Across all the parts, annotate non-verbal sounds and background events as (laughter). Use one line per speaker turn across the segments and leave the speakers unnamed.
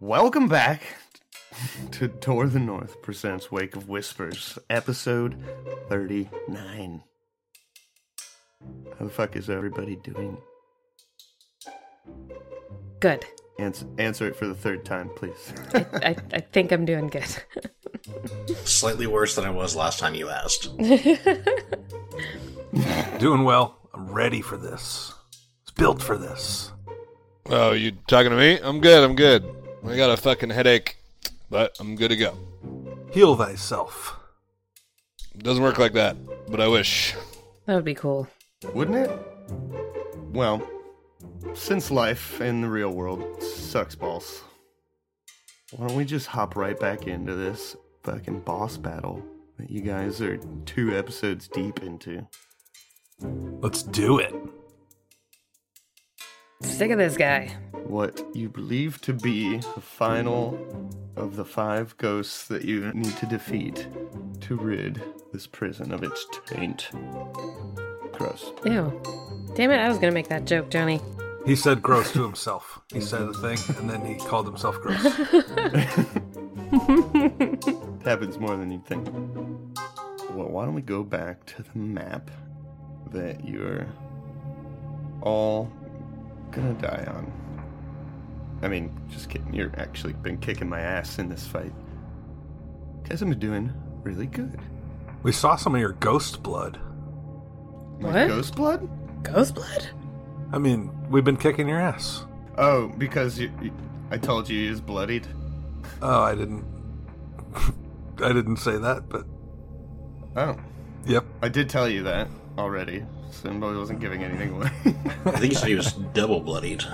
Welcome back (laughs) to Door the North presents Wake of Whispers, episode 39. How the fuck is everybody doing?
Good.
Ans- answer it for the third time, please.
I, I, I think I'm doing good. (laughs)
Slightly worse than I was last time you asked.
Doing well. I'm ready for this. It's built for this.
Oh, you talking to me? I'm good. I'm good. I got a fucking headache, but I'm good to go.
Heal thyself.
Doesn't work like that, but I wish.
that would be cool.
Wouldn't it? Well, since life in the real world sucks balls, why don't we just hop right back into this fucking boss battle that you guys are two episodes deep into?
Let's do it.
Sick of this guy.
what you believe to be the final of the five ghosts that you need to defeat to rid this prison of its taint. Gross.
Ew. Damn it, I was gonna make that joke, Johnny.
He said gross to himself. He said a thing, and then he called himself gross.
It happens more than you'd think. Well, why don't we go back to the map that you're all gonna die on? I mean, just kidding. You're actually been kicking my ass in this fight. Guys, I've been doing really good.
We saw some of your ghost blood.
My
What?
ghost blood?
Ghost blood?
I mean, we've been kicking your ass.
Oh, because you, you- I told you he was bloodied.
Oh, I didn't. (laughs) I didn't say that, but
Oh,
yep.
I did tell you that already. Simba wasn't giving anything away. (laughs)
I think he said he (laughs) was double bloodied.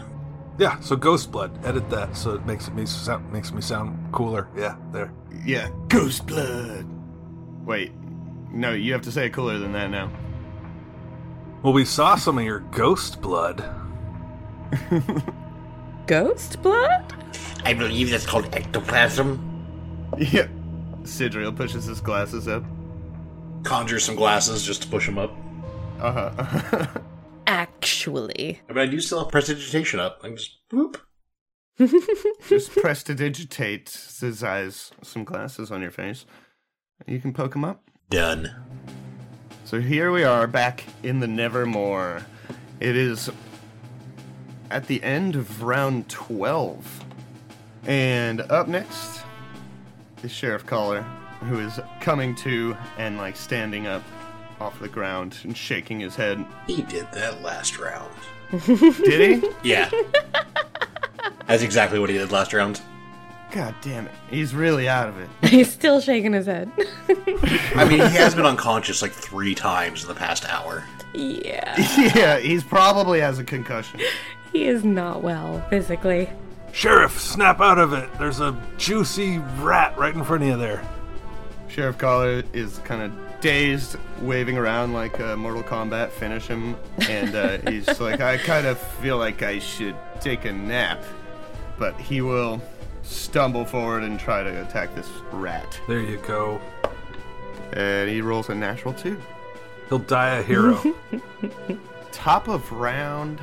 Yeah. So ghost blood. Edit that so it makes me sound makes me sound cooler. Yeah. There.
yeah, ghost blood. Wait, no, you have to say it cooler than that now. (laughs)
Well, we saw some of your ghost blood.
Ghost blood?
I believe that's called ectoplasm.
Yeah. Sidriel pushes his glasses up.
Conjure some glasses just to push him up.
Uh huh.
Actually. (laughs)
But I do still have prestidigitation up. I'm just boop.
(laughs) Just press to digitate his eyes, some glasses on your face. You can poke him up.
Done.
So here we are back in the Nevermore. It is at the end of round 12. And up next is Sheriff Collar, who is coming to and like standing up off the ground and shaking his head.
He did that last round.
Did he?
Yeah. (laughs) that's exactly what he did last round.
God damn it. He's really out of it. (laughs)
He's still shaking his head. (laughs)
I mean, he has been unconscious like three times in the past hour.
yeah.
yeah, he's probably has a concussion.
He is not well physically.
Sheriff, snap out of it. There's a juicy rat right in front of you there.
Sheriff Collar is kind of dazed, waving around like uh, Mortal Kombat, finish him. And uh, he's like, I kind of feel like I should take a nap. But he will stumble forward and try to attack this rat.
There you go.
And he rolls a natural two.
He'll die a hero.
Top of round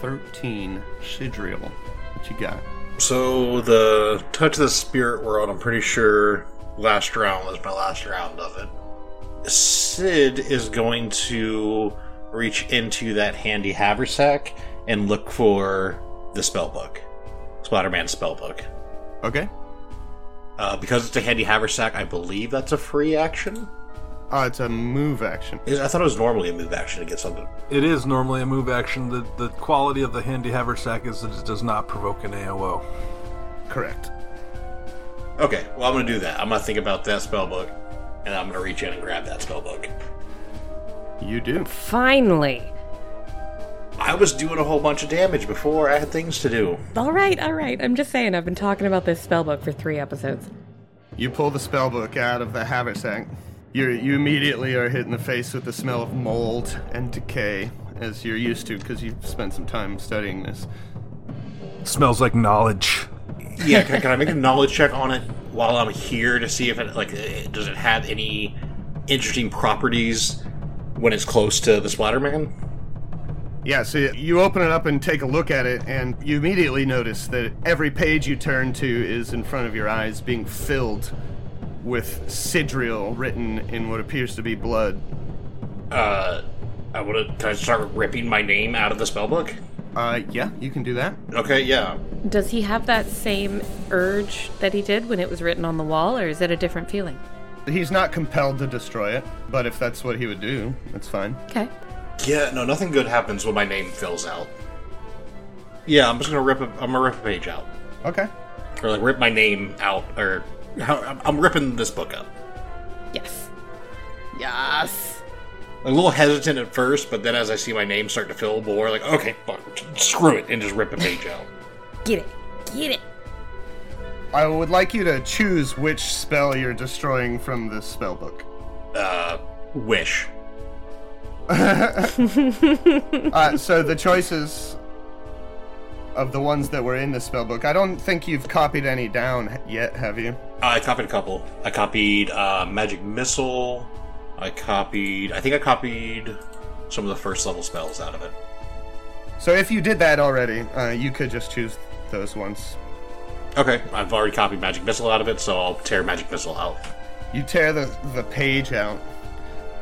13, Sidriel. What you got?
So the touch of the spirit world, I'm pretty sure last round was my last round of it. Sid is going to reach into that handy haversack and look for the spell book, Spider-Man spell book.
Okay.
Uh, because it's a handy haversack, I believe that's a free action.
Uh, it's a move action.
Is- I thought it was normally a move action to get something.
It is normally a move action. The, the quality of the handy haversack is that it does not provoke an AOO.
Correct.
Okay, well I'm gonna do that. I'm gonna think about that spell book, and I'm gonna reach in and grab that spell book.
You do.
Finally.
I was doing a whole bunch of damage before. I had things to do.
All right, all right. I'm just saying, I've been talking about this spellbook for three episodes.
You pull the spellbook out of the haversack. You you immediately are hit in the face with the smell of mold and decay, as you're used to because you've spent some time studying this.
smells like knowledge.
Yeah, can, can I make a knowledge check on it while I'm here to see if it like it, does it have any interesting properties when it's close to the Splatterman?
Yeah, so you open it up and take a look at it, and you immediately notice that every page you turn to is in front of your eyes being filled with sidriel written in what appears to be blood.
Uh, I want to. Can I start ripping my name out of the spellbook?
Uh, yeah, you can do that.
Okay, yeah.
Does he have that same urge that he did when it was written on the wall, or is it a different feeling?
He's not compelled to destroy it, but if that's what he would do, that's fine.
Okay.
Yeah, no, nothing good happens when my name fills out. Yeah, I'm just gonna rip. A, I'm gonna rip a page out,
Okay.
or like rip my name out, or how, I'm- I'm ripping this book up.
Yes. Yes.
I'm a little hesitant at first, but then as I see my name start to fill more, like okay, fuck, screw it, and just rip a page out.
Get it. Get it.
I would like you to choose which spell you're destroying from this spell book.
Uh, wish.
Uh, so the choices of the ones that were in the spell book, I don't think you've copied any down yet, have you?
I copied a couple. I copied uh, magic missile. I copied. I think I copied some of the first level spells out of it.
So if you did that already, uh, you could just choose those ones.
Okay, I've already copied magic missile out of it, so I'll tear magic missile out. (laughs)
You tear the, the page out,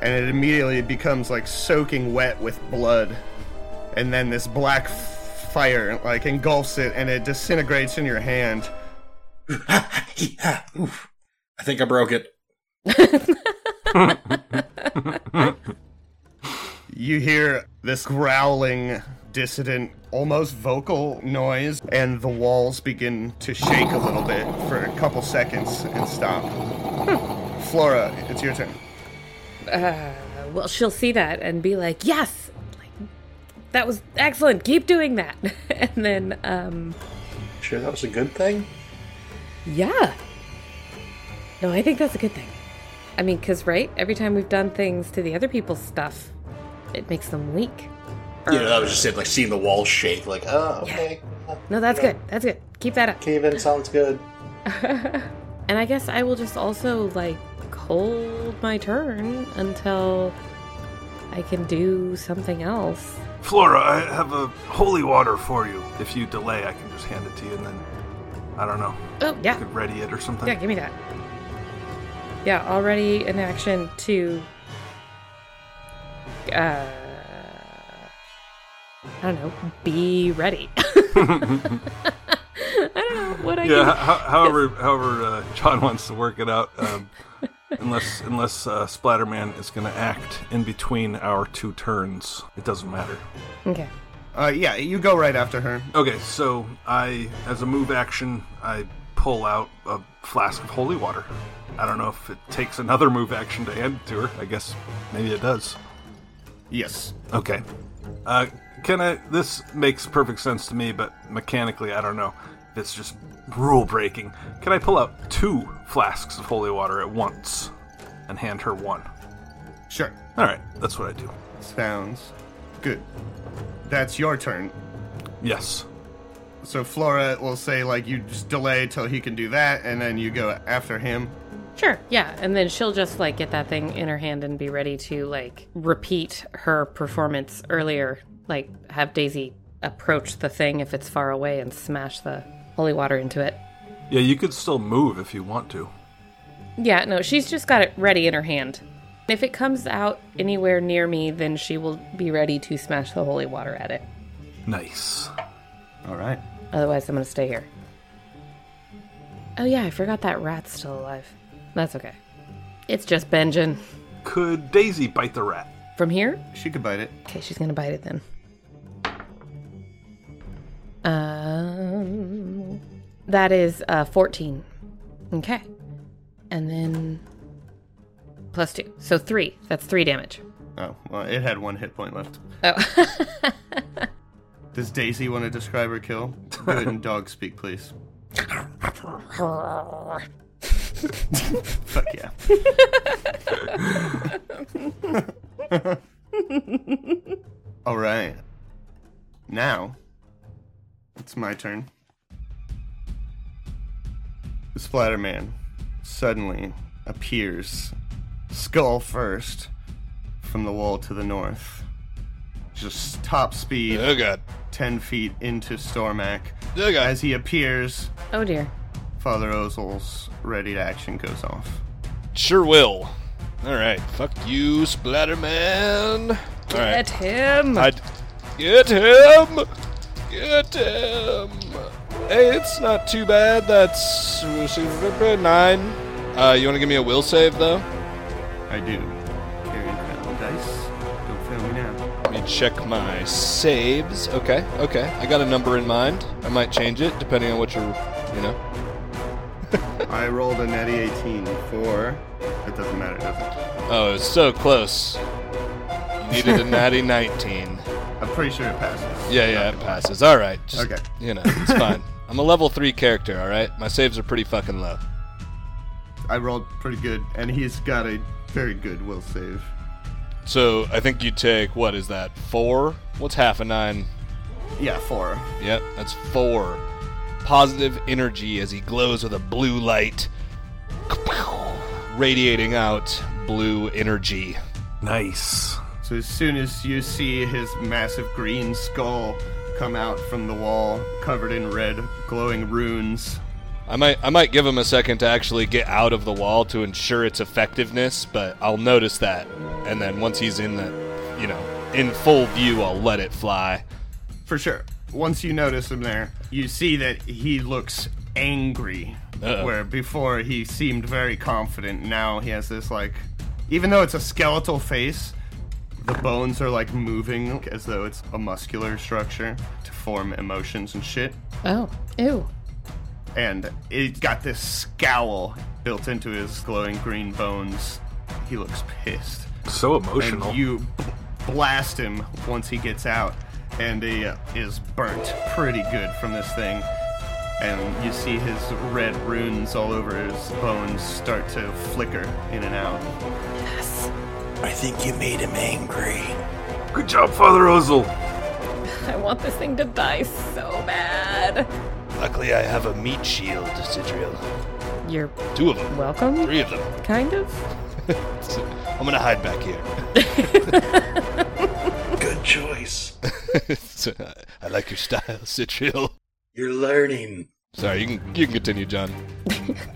and it immediately becomes like soaking wet with blood. And then this black f- fire like engulfs it and it disintegrates in your hand.
yeah, oof. I think I broke it.
You hear this growling, dissident, almost vocal noise, and the walls begin to shake a little bit for a couple seconds and stop. Hmm. Flora, it's your turn.
Uh, well, she'll see that and be like, yes, like, that was excellent. Keep doing that. (laughs) and then, um,
Sure, that was a good thing.
yeah. No, I think that's a good thing. I mean, because, right, every time we've done things to the other people's stuff, it makes them weak.
You know, that was just it. Like seeing the wall shake. Like, oh, okay.
No, that's good. That's good. Keep that up.
Cave in sounds good.
And I guess I will just also like hold my turn until I can do something else.
Flora, I have a holy water for you. If you delay, I can just hand it to you and then, I don't know,
Oh, yeah.
could ready it or something.
Yeah, give me that. Yeah, already an action to uh I don't know, be ready. (laughs) I don't know what I can
Yeah, ho- ho- however, however, uh, John wants to work it out. Um, unless, unless uh, Splatterman is going to act in between our two turns, it doesn't matter.
Okay.
Uh, yeah, you go right after her.
Okay, so I, as a move action, I pull out a flask of holy water. I don't know if it takes another move action to hand it to her. I guess maybe it does.
Yes.
Okay. Uh, can I? This makes perfect sense to me, but mechanically, I don't know. It's just rule breaking. Can I pull out two flasks of holy water at once and hand her one?
Sure.
All right, that's what I do.
Sounds good. That's your turn.
Yes.
So Flora will say, like, you just delay till he can do that, and then you go after him.
Sure, yeah. And then she'll just like get that thing in her hand and be ready to like repeat her performance earlier. Like have Daisy approach the thing if it's far away and smash the holy water into it.
Yeah, you could still move if you want to.
Yeah, no, she's just got it ready in her hand. If it comes out anywhere near me, then she will be ready to smash the holy water at it.
Nice.
All right.
Otherwise, I'm gonna stay here. Oh, yeah, I forgot that rat's still alive. That's okay. It's just Benjin.
Could Daisy bite the rat?
From here,
She could bite it.
Okay, she's gonna bite it then. Um, that is uh, fourteen. Okay, and then plus two, so three. That's three damage.
Oh, well, it had one hit point left.
Oh, (laughs)
Does Daisy want to describe her kill? Go ahead and dog speak, please. Fuck yeah. All right. Now, it's my turn. The Splatterman suddenly appears, skull first, from the wall to the north. just top speed,
Oh god.
10 feet into Stormak.
Oh god.
As he appears,
Oh dear.
Father Ozel's ready to action goes off.
Sure will. All right. Fuck you, Splatterman. All right.
Get him!
I'd get him. Get him. Hey, it's not too bad. That's nine. Uh, you want to give me a will save though?
I do. Carry incredible dice. Don't fail me now.
Let me check my saves. Okay, okay. I got a number in mind. I might change it depending on what you're, you know.
I rolled a natty 18 for. It doesn't matter, does it?
Oh, it's so close. You needed a natty 19.
I'm pretty sure it passes.
Yeah, yeah, it passes. All right. Just,
Okay.
You know, it's fine. I'm a level three character. All right, my saves are pretty fucking low.
I rolled pretty good, and he's got a very good will save.
So I think you take what is that four? What's half a nine?
Yeah, four.
Yep, that's four. Positive energy as he glows with a blue light, radiating out blue energy.
Nice.
So as soon as you see his massive green skull come out from the wall, covered in red glowing runes,
I might, I might give him a second to actually get out of the wall to ensure its effectiveness, but I'll notice that, and then once he's in the, you know, in full view, I'll let it fly.
for sure. Once you notice him there, you see that he looks angry.
Uh-oh.
Where before he seemed very confident, now he has this like, even though it's a skeletal face, the bones are like moving as though it's a muscular structure to form emotions and shit.
oh. Ew.
and it got this scowl built into his glowing green bones. He looks pissed.
So
And
emotional.
you b- blast him once he gets out, and he uh, is burnt pretty good from this thing. And you see his red runes all over his bones start to flicker in and out.
I think you made him angry.
Good job, Father Ozel.
I want this thing to die so bad.
Luckily, I have a meat shield, Sidriel.
You're
Two of them,
welcome?
three of them.
Kind of?
I'm gonna hide back here. (laughs)
Good choice.
uh, I like your style, Sidriel.
You're learning.
Sorry, you can you can continue, John.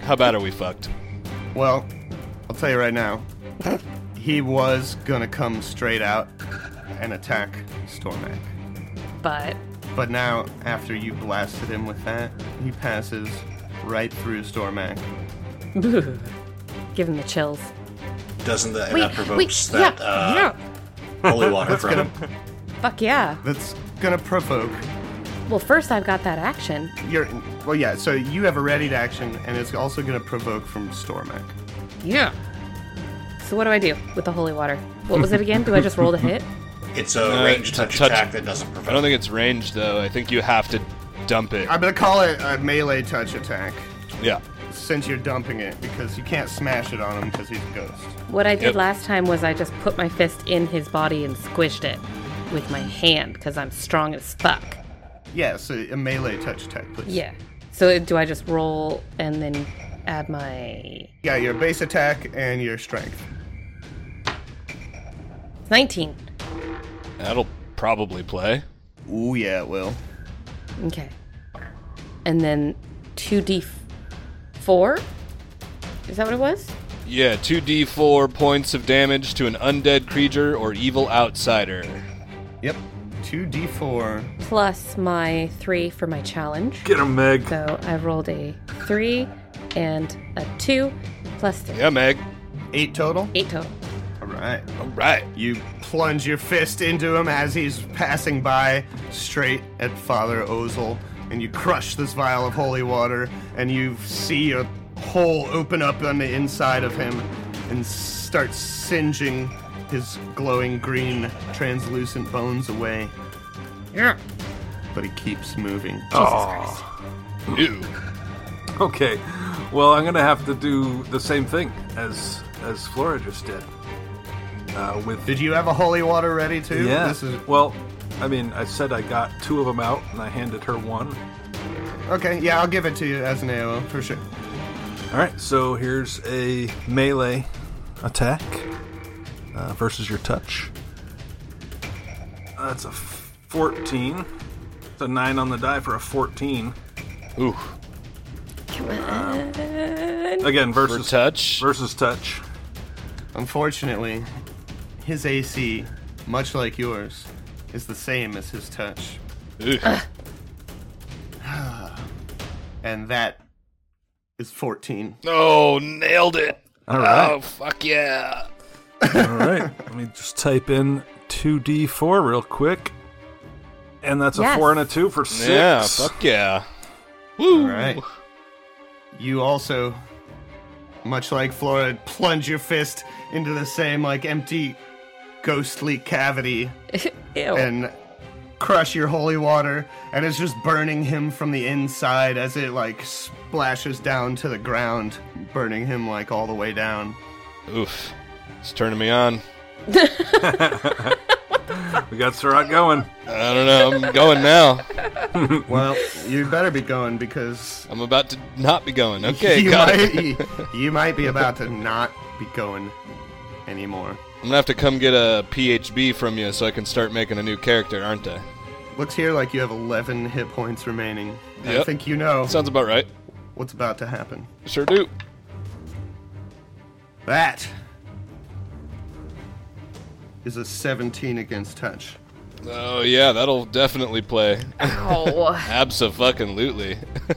How bad are we fucked?
Well, I'll tell you right now, he was gonna come straight out and attack Stormak.
But (laughs)
But now, after you blasted him with that, he passes right through Stormak.
give him the chills.
Doesn't that
Wait,
that provokes
wait,
that
yeah, (laughs)
uh, holy water
That's
from
gonna,
him?
Fuck yeah.
that's gonna provoke
Well, first I've got that action.
your. Well, yeah. So you have a readied action, and it's also gonna provoke from Stormak.
Yeah. So what do I do with the holy water? What was it again? do I just roll to
(laughs)
hit?
It's a
Uh,
range
t-
touch,
touch-
attack that doesn't provoke.
I don't think it's ranged though. I think you have to dump it.
I'm gonna call it a melee touch attack
yeah.
since you're dumping it because you can't smash it on him because he's a ghost.
What I did
Yep.
last time was I just put my fist in his body and squished it with my hand because I'm strong as fuck.
Yeah. So a melee touch attack, please.
Yeah. So do I just roll and then add my
Yeah. Your base attack and your strength.
19?
That'll probably play.
Ooh yeah, it will.
Okay. And then 2d4? Is that what it was?
Yeah, 2d4 points of damage to an undead creature or evil outsider.
Yep. Two d4.
Plus my 3 for my challenge.
Get him, Meg.
So I rolled a 3 and a 2 plus 3.
Yeah, Meg.
Eight total.
8 total.
All right.
All right.
You plunge your fist into him as he's passing by, straight at Father Ozel, and you crush this vial of holy water, and you see a hole open up on the inside of him and start singeing his glowing green, translucent bones away.
Yeah.
But he keeps moving.
Oh.
Ew.
Okay. Well, I'm gonna have to do the same thing as as Flora just did. Uh, with
Did you have a holy water ready too?
yeah.
This is
Well, I mean, I said I got two of them out, and I handed her one.
okay. Yeah, I'll give it to you as an AO for sure.
All right. So here's a melee attack uh, versus your touch. Uh, that's a 14. It's a 9 on the die for a 14.
Ooh,
Come on.
Again,
for
versus,
touch.
versus touch.
Unfortunately, his AC, much like yours, is the same as his touch.
Ugh.
(sighs) And that is 14.
Oh, nailed it.
All right.
Oh, fuck yeah.
All right. Let me just type in 2d4 real quick. And that's a
Yes.
4 and a 2 for 6.
Yeah, fuck yeah. Woo.
All right. You also, much like Flora, plunge your fist into the same, like, empty, ghostly cavity
Oh.
Ew. (laughs)
and crush your holy water. And it's just burning him from the inside as it, like, splashes down to the ground, burning him, like, all the way down.
Oof. It's turning me on.
We got Surat going.
I don't know. I'm going now. (laughs)
Well, you better be going because
I'm about to not be going.
(laughs)
Okay,
you,
got
might,
it.
you,
(laughs)
you might be about to not be going anymore.
I'm gonna have to come get a PHB from you so I can start making a new character, aren't I?
Looks here like you have 11 hit points remaining. And I
Yep.
think you know
Sounds about right.
what's about to happen.
Sure do.
That is a 17 against touch.
Oh yeah, that'll definitely play.
Ow.
Absolutely.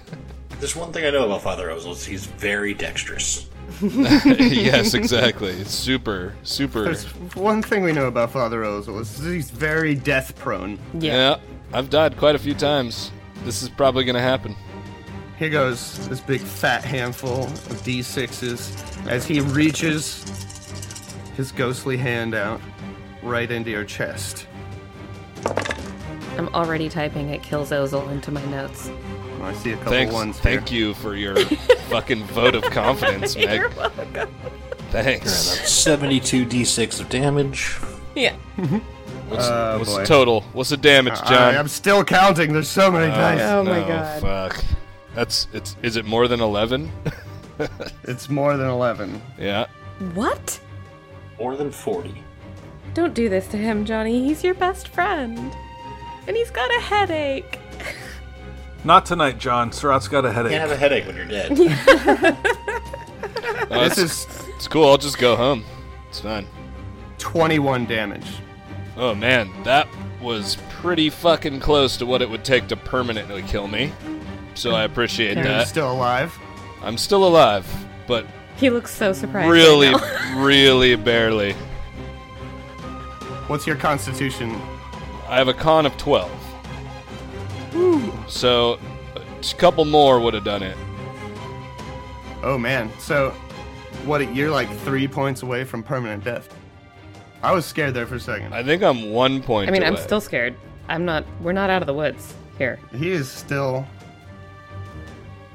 (laughs)
There's one thing I know about Father Ozel. He's very dexterous.
yes, exactly. It's super, super.
There's one thing we know about Father Ozel is he's very death prone.
yeah.
Yeah, I've died quite a few times. This is probably gonna happen.
Here goes this big fat handful of D6s as he reaches his ghostly hand out right into your chest.
I'm already typing it kills Ozel into my notes.
Well, I see a couple
Thanks.
ones here.
Thank you for your (laughs) fucking vote of
(laughs)
confidence, Meg. Thanks.
72 d6 of damage.
Yeah.
What's,
Oh,
what's
boy. Uh,
the total? What's the damage,
I,
John? Uh,
am still counting. There's so many dice.
Oh my God.
Fuck. That's it's. Is it more than eleven? (laughs)
It's more than 11. (laughs)
yeah.
What?
More than 40.
Don't do this to him, Johnny. He's your best friend. And he's got a headache.
Not tonight, John. Surat's got a headache.
Can't have a headache when you're dead.
Oh,
This is
it's, it's cool. I'll just go home. It's fine.
21 damage.
Oh man, that was pretty fucking close to what it would take to permanently kill me. So I appreciate
You're
that.
still alive.
I'm still alive, but
He looks so surprised. right
really, (laughs)
now. (laughs)
really barely.
What's your constitution?
I have a con of 12. So, uh, a couple more would have done it.
Oh man. So, what? You're like three points away from permanent death. I was scared there for a second.
I think I'm one point.
I mean, I'm
away.
still scared. I'm not. We're not out of the woods here.
He is still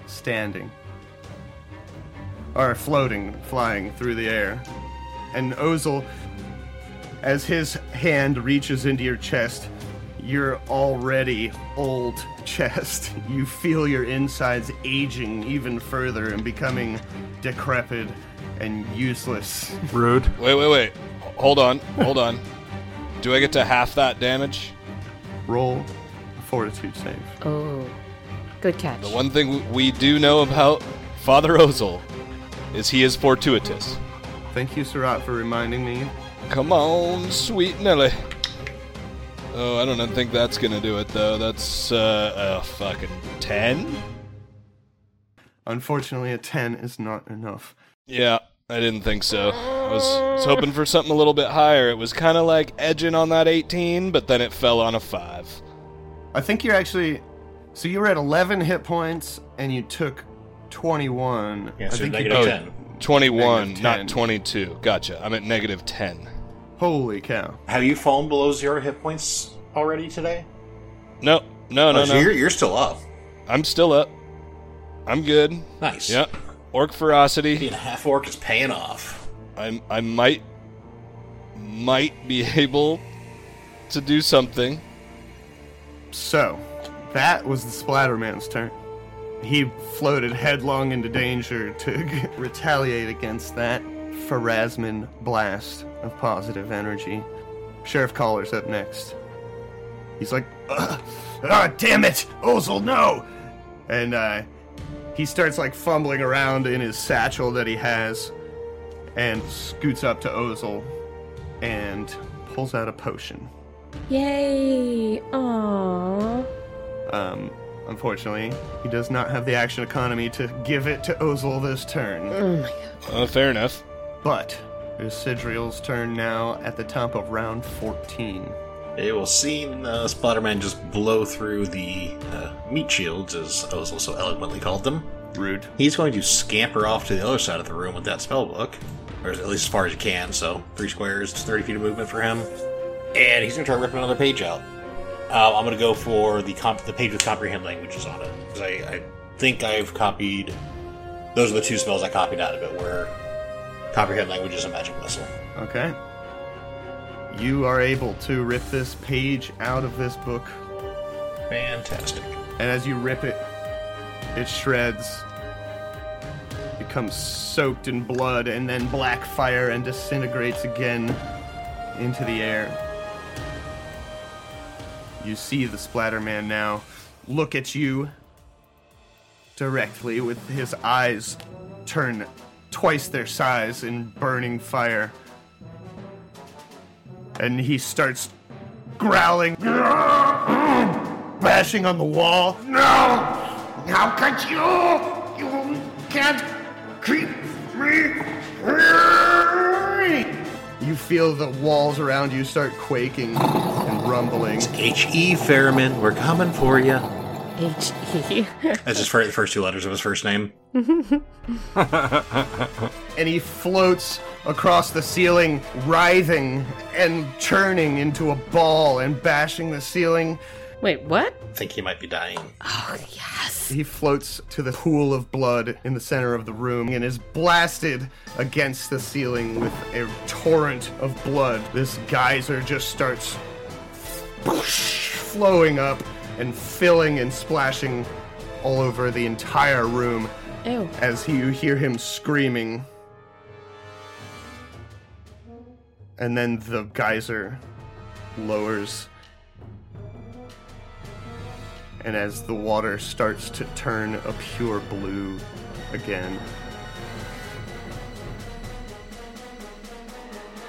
standing. Or floating, flying through the air. And Ozel, as his hand reaches into your chest, your already old chest, (laughs) you feel your insides aging even further and becoming decrepit and useless.
Rude.
Wait, wait, wait. H-
(laughs)
Hold on, hold on. Do I get to half that damage?
Roll a fortitude save.
Oh, good catch.
The one thing w- we do know about Father Ozel is he is fortuitous.
Thank you, Surat, for reminding me.
Come on, sweet Nelly. Oh, I don't think that's gonna do it though. That's uh, a fucking ten.
Unfortunately, a 10 is not enough.
Yeah, I didn't think so. I was, was hoping for something a little bit higher. It was kind of like edging on that 18, but then it fell on a 5.
I think you're actually. So you were at 11 hit points and you took 21.
Yeah,
I
so
think you-
negative
oh.
10.
21,
Negative 10.
not 22. Gotcha. I'm at negative 10.
Holy cow.
(laughs) Have you fallen below zero hit points already today?
No, no, no,
Oh, so
no.
You're, you're still up.
I'm still up. I'm good.
Nice.
Yep. Orc ferocity.
Being a half orc is paying off.
I I might might be (laughs) able to do something.
So, that was the Splatterman's turn. He floated headlong into danger to (laughs) retaliate against that Pharasman blast of positive energy. Sheriff Collar's up next. He's like, "Ugh, ah, damn it, Ozel, no! And uh, he starts like fumbling around in his satchel that he has, and scoots up to Ozel, and pulls out a potion.
Yay! Aww.
Um, unfortunately, he does not have the action economy to give it to Ozel this turn.
Oh,
Uh, fair enough.
But it is Sidriel's turn now at the top of round 14.
It will seem uh, Spider-Man just blow through the uh, meat shields, as Ozel so eloquently called them.
Rude.
He's going to scamper off to the other side of the room with that spell book, or at least as far as he can. So three squares, it's thirty feet of movement for him, and he's going to try ripping another page out. Um, I'm going to go for the comp- the page with comprehend languages on it 'cause I, I think I've copied. Those are the two spells I copied out of it, where comprehend languages and magic missile.
Okay. You are able to rip this page out of this book,
Fantastic.
and as you rip it, it shreds, becomes soaked in blood, and then black fire and disintegrates again into the air. You see the Splatter Man now look at you directly with his eyes turn twice their size in burning fire. And he starts growling, bashing on the wall. No! How could you? You can't keep me here! You feel the walls around you start quaking and rumbling.
H.E. Fairman, E we're coming for you.
H E.
That's just for the first two letters of his first name.
and he floats across the ceiling, writhing and churning into a ball and bashing the ceiling.
(laughs) Wait, what?
I think he might be dying.
Oh, yes.
He floats to the pool of blood in the center of the room and is blasted against the ceiling with a torrent of blood. This geyser just starts flowing up and filling and splashing all over the entire room
Ew.
as you hear him screaming. And then the geyser lowers. And as the water starts to turn a pure blue again,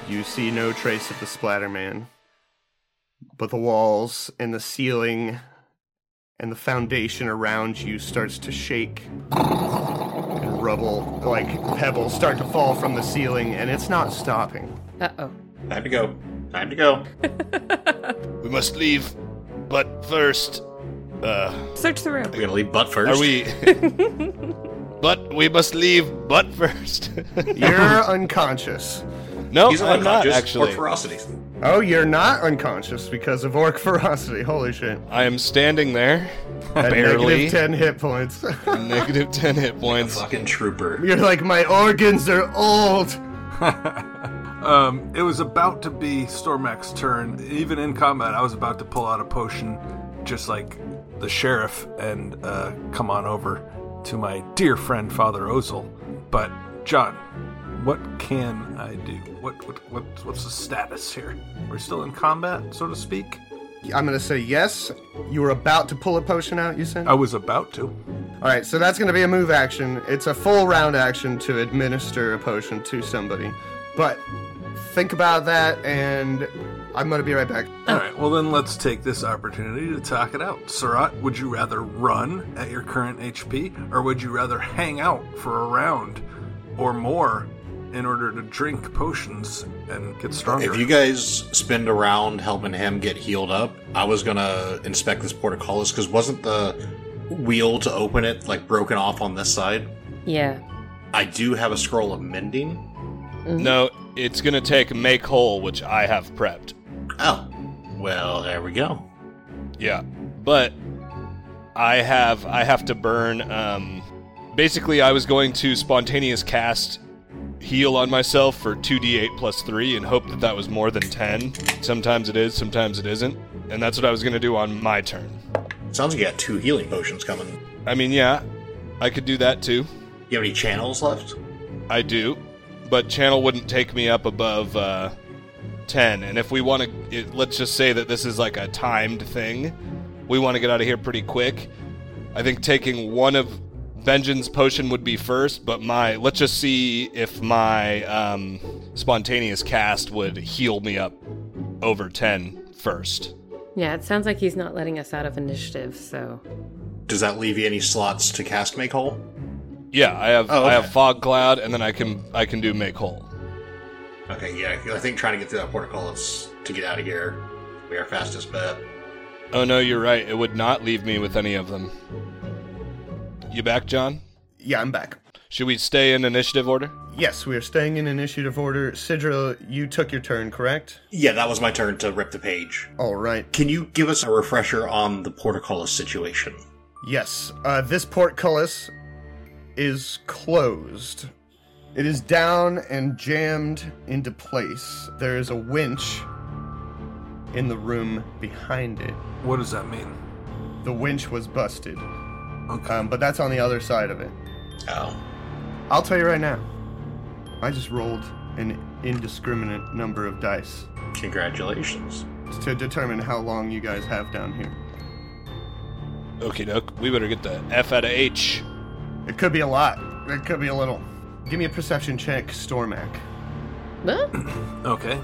you see no trace of the Splatter Man. But the walls and the ceiling and the foundation around you starts to shake and rubble, like pebbles, start to fall from the ceiling, and it's not stopping.
Uh oh.
Time to go. Time to go.
We must leave, but first, uh,
Search the room.
I'm gonna leave butt first. (laughs)
are we? but we must leave, but first. (laughs)
You're unconscious.
no,
He's
I'm not
unconscious
actually.
Or ferocity.
Oh, you're not unconscious because of orc ferocity. Holy shit.
I am standing
(laughs)
there,
At
barely
negative 10 hit points. (laughs)
negative ten hit points.
Fucking trooper.
you're like, my organs are old.
Um, it was about to be Stormak's turn. Even in combat, I was about to pull out a potion, just like the sheriff, and uh, come on over to my dear friend Father Ozel. But John, what can I do? What what, what what's the status here? We're still in combat, so to speak.
I'm going to say yes. You were about to pull a potion out, you said?
I was about to.
All right, so that's going to be a move action. It's a full round action to administer a potion to somebody. But think about that, and I'm going to be right back.
All right. Well, then let's take this opportunity to talk it out. Surat, would you rather run at your current HP, or would you rather hang out for a round or more in order to drink potions and get stronger?
If you guys spend around helping him get healed up, I was gonna inspect this portcullis because wasn't the wheel to open it like broken off on this side?
Yeah.
I do have a scroll of mending.
No, it's gonna take make whole, which I have prepped.
Oh, well, there we go.
Yeah, but I have I have to burn. Um, basically, I was going to spontaneous cast heal on myself for two d8 plus three and hope that that was more than ten. Sometimes it is, sometimes it isn't, and that's what I was gonna do on my turn.
Sounds like you got two healing potions coming.
I mean, yeah, I could do that too.
You have any channels left?
I do, but channel wouldn't take me up above uh, ten, and if we want to, let's just say that this is like a timed thing. We want to get out of here pretty quick. I think taking one of Vengeance potion would be first, but my let's just see if my um, spontaneous cast would heal me up over 10 first.
Yeah, it sounds like he's not letting us out of initiative, so
Does that leave you any slots to cast Make Whole?
Yeah, I have
Oh, okay.
I have fog cloud, and then I can I can do make whole.
Okay, yeah, I think trying to get through that portico is to get out of here. We are fastest bet.
Oh no, you're right. It would not leave me with any of them. You back, John?
Yeah, I'm back.
Should we stay in initiative order?
Yes, we are staying in initiative order. Sidra, you took your turn, correct?
Yeah, that was my turn to rip the page.
All right.
Can you give us a refresher on the portcullis situation?
Yes, uh, this portcullis is closed. It is down and jammed into place. There is a winch in the room behind it.
What does that mean?
The winch was busted,
Okay.
um, but that's on the other side of it.
Oh.
I'll tell you right now, I just rolled an indiscriminate number of dice
Congratulations.
to determine how long you guys have down here.
Okay, doke. We better get the F out of H.
It could be a lot, it could be a little. Give me a perception check, Stormac.
Huh?
Okay.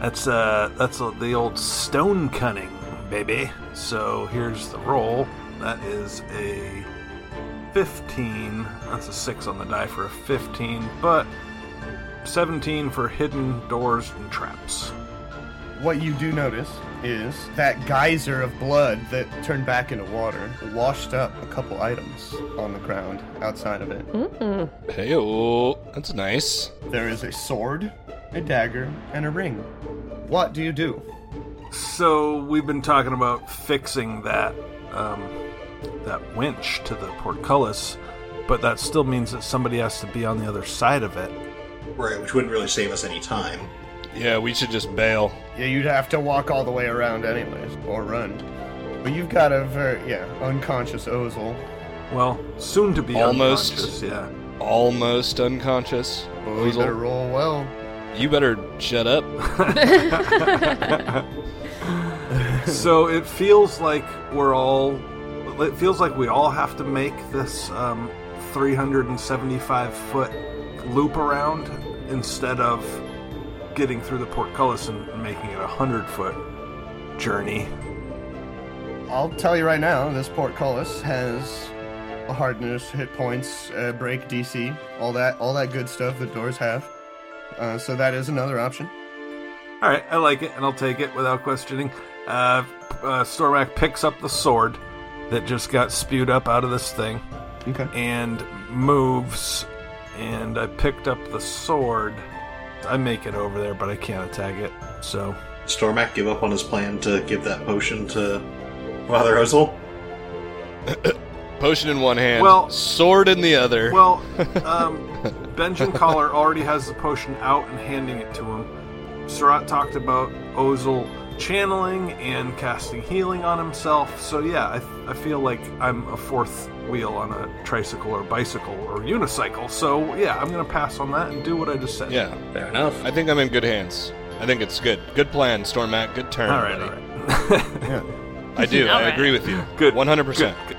That's uh that's uh, the old stone cunning, baby. So here's the roll. That is a 15. That's a 6 on the die for a 15, but 17 for hidden doors and traps.
What you do notice is that geyser of blood that turned back into water washed up a couple items on the ground outside of it.
Hey, oh, that's nice.
There is a sword, a dagger, and a ring. What do you do?
So we've been talking about fixing that um, that winch to the portcullis, but that still means that somebody has to be on the other side of it.
Right, which wouldn't really save us any time.
Yeah, we should just bail.
Yeah, you'd have to walk all the way around anyways, or run. But you've got a very, yeah, unconscious Ozel.
Well, soon to be
Almost.
unconscious, yeah.
Almost unconscious.
Oh, you
Ozel.
better roll well.
You better shut up.
(laughs) so it feels like we're all it feels like we all have to make this um, 375 foot loop around instead of getting through the portcullis and making it a 100 foot journey
I'll tell you right now, this portcullis has a hardness, hit points, uh, break DC, all that, all that good stuff that doors have. Uh, so that is another option.
all right i like it and i'll take it without questioning uh, uh, stormak picks up the sword that just got spewed up out of this thing
Okay.
and moves and I picked up the sword. I make it over there, but I can't attack it. So
Stormac give up on his plan to give that potion to Father Ozel?
Potion in one hand,
Well-
sword in the other.
Well, um Benjamin Collar already has the potion out and handing it to him. Surat talked about Ozel channeling and casting healing on himself. So yeah, I, I feel like I'm a fourth wheel on a tricycle or bicycle or unicycle. So yeah, I'm gonna pass on that and do what I just said.
yeah,
Fair enough.
I think I'm in good hands. I think it's good. Good plan, Stormac. Good turn.
All right,
buddy.
all right.
I do.
All
I
right.
agree with you.
Good.
100%.
Good, good.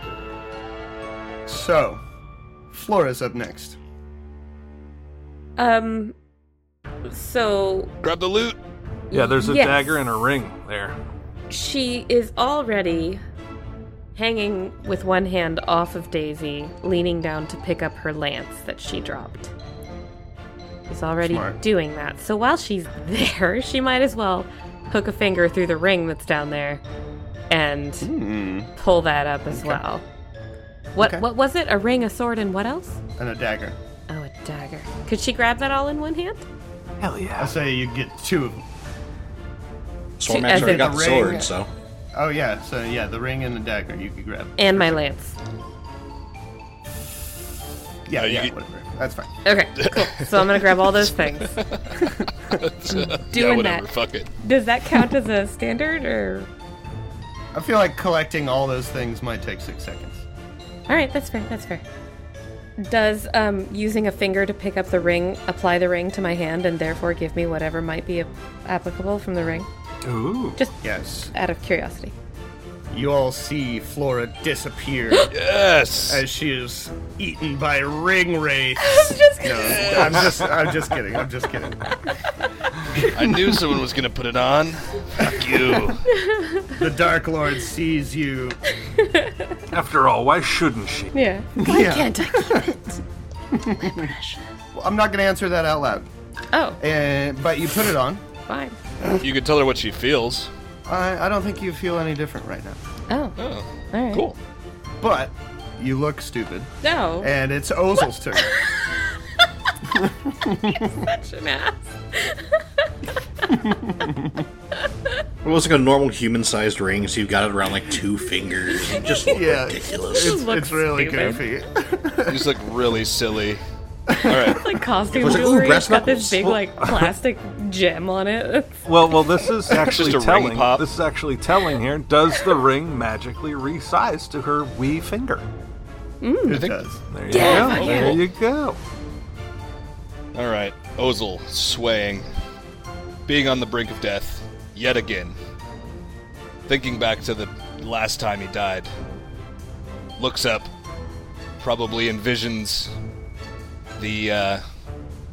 So, Flora's up next.
Um so
Grab the loot.
(laughs) Yeah, there's a
Yes.
dagger and a ring there.
she is already hanging with one hand off of Daisy, leaning down to pick up her lance that she dropped. She's already
Smart.
doing that. So while she's (laughs) there, she might as well hook a finger through the ring that's down there and pull that up as well. What
Hmm. Okay.
what was it? A ring, a sword, and what else?
And a dagger.
Oh, a dagger. Could she grab that all in one hand?
Hell
I
yeah.
say you get two of them.
as
Stormac's
in
already got
the
the
ring.
sword, so.
Oh yeah, so yeah, the ring and the dagger you could grab.
And my lance.
Yeah,
Uh, you
yeah,
get-
whatever. That's fine.
Okay, cool. so I'm gonna grab all
(laughs)
those things.
yeah,
Doing
whatever.
that.
Fuck it.
Does that count as a standard or?
I feel like collecting all those things might take six seconds.
All right, that's fair. That's fair. Does um, using a finger to pick up the ring apply the ring to my hand and therefore give me whatever might be applicable from the ring?
Ooh.
Just
Yes.
out of curiosity. (laughs)
You all see Flora disappear
(gasps) Yes.
as she is eaten by ring wraiths.
just
No, I'm just, I'm just kidding. I'm just kidding.
I knew someone was gonna put it on. Fuck you.
The Dark Lord sees you.
After all, why shouldn't she?
Yeah. Why
Yeah.
can't I?
Well, I'm not gonna answer that out loud.
Oh,
And but you put it on.
fine.
You can tell her what she feels.
I, I don't think you feel any different right now.
Oh, all
Oh,
right.
cool.
But you look stupid,
No.
and it's Ozel's turn.
Such an ass.
It was like a normal human-sized ring, so you've got it around like two fingers. It just uh, looked
Yeah.
ridiculous.
It's,
looks
it's really
stupid.
goofy.
These look really silly. All right.
Like costume
Was it- ooh,
jewelry.
brass
it's got this
knuckles.
big like plastic gem on it.
Well, well, this
(laughs)
is actually
Just a ring
telling.
pop.
This is actually telling here. Does the ring magically resize to her wee finger?
It does.
There you
Yeah,
go.
fuck yeah.
There you go.
All right. Ozel swaying, being on the brink of death yet again. Thinking back to the last time he died, looks up, probably envisions the uh,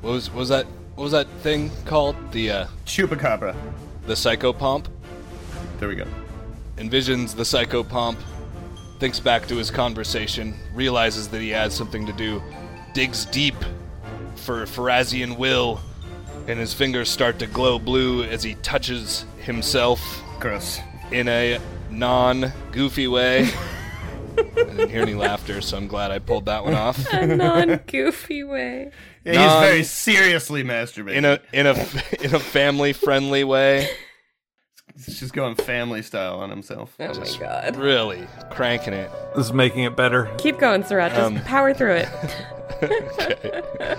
what was what was that what was that thing called the uh,
Chupacabra.
the psychopomp
There we go.
envisions the psychopomp, thinks back to his conversation, realizes that he has something to do, digs deep for Farazian will, and his fingers start to glow blue as he touches himself
Gross.
in a non goofy way. I didn't hear any laughter, so I'm glad I pulled that one off.
A non-goofy way.
Yeah, He's
Non-
very seriously masturbating.
In a in a in a family friendly way,
He's just going family style on himself.
Oh my god.
really cranking it.
This is making it better.
Keep going, Sarah. Just power through it.
okay.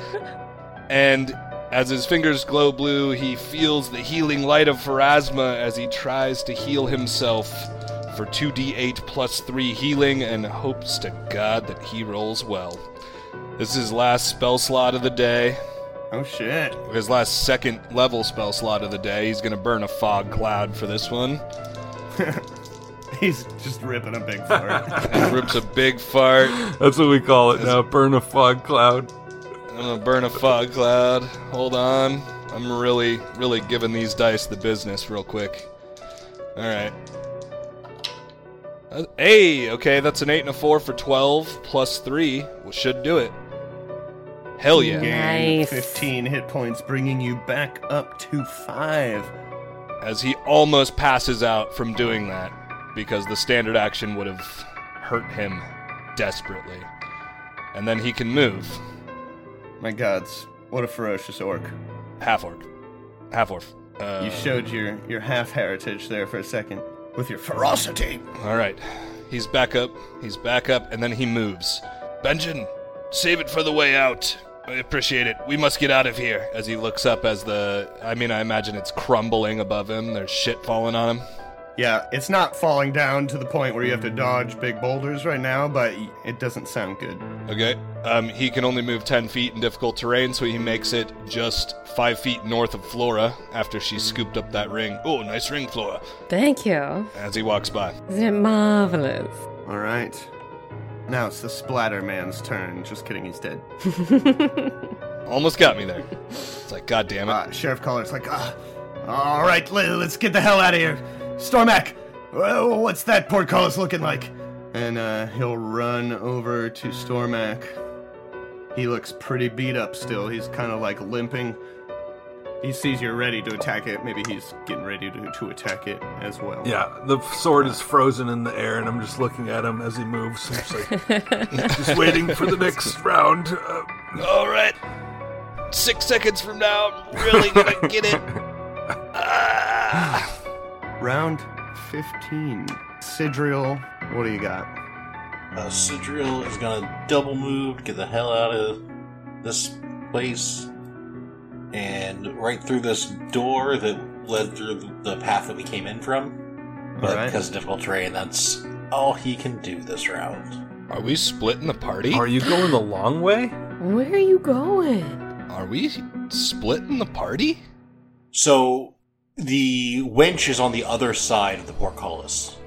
And as his fingers glow blue, he feels the healing light of Pharasma as he tries to heal himself for 2d8 plus 3 healing and hopes to God that he rolls well. This is his last spell slot of the day,
Oh shit.
his last second level spell slot of the day. He's going to burn a fog cloud for this one.
He's just ripping a big fart.
He rips a big fart.
That's what we call it now. Burn a fog cloud.
I'm going to burn a fog cloud. Hold on. I'm really, really giving these dice the business real quick. All right. Uh, hey, okay, that's an 8 and a 4 for 12 plus 3. Well, should do it. Hell yeah.
Gain
Nice.
15 hit points, bringing you back up to five.
As he almost passes out from doing that because the standard action would have hurt him desperately. And then he can move.
My gods, what a ferocious orc.
Half orc. Half orc. Uh,
You showed your, your half heritage there for a second with your ferocity.
All right. He's back up. He's back up, and then he moves. Benjamin, save it for the way out. I appreciate it. We must get out of here. As he looks up, as the. I mean, I imagine it's crumbling above him. There's shit falling on him.
Yeah, it's not falling down to the point where you have to dodge big boulders right now, but y- it doesn't sound good.
Okay. Um, he can only move 10 feet in difficult terrain, so he makes it just 5 feet north of Flora after she scooped up that ring. Oh, nice ring, Flora.
Thank you.
As he walks by.
Isn't it marvelous?
All right. Now it's the Splatter Man's turn. Just kidding, he's dead.
Almost got me there. It's like, God damn it.
Uh, Sheriff Collar's like, ah, all right, le- let's get the hell out of here. Stormac, wh- what's that portcullis looking like? And uh, he'll run over to Stormac. He looks pretty beat up still. He's kind of like limping. He sees you're ready to attack it. Maybe he's getting ready to, to attack it as well.
Yeah, the sword is frozen in the air, and I'm just looking at him as he moves. I'm just, like, just waiting for the next round. Uh,
All right. Six seconds from now, I'm really gonna get it. Ah.
Round 15. Sidriel, what do you got?
Uh, Sidriel is gonna double move to get the hell out of this place and right through this door that led through the path that we came in from. But
Alright.
because of difficult terrain, that's all he can do this round.
(laughs) Are we splitting the party?
Are you going the long way?
Where are you going?
Are we splitting the party?
So the winch is on the other side of the portcullis.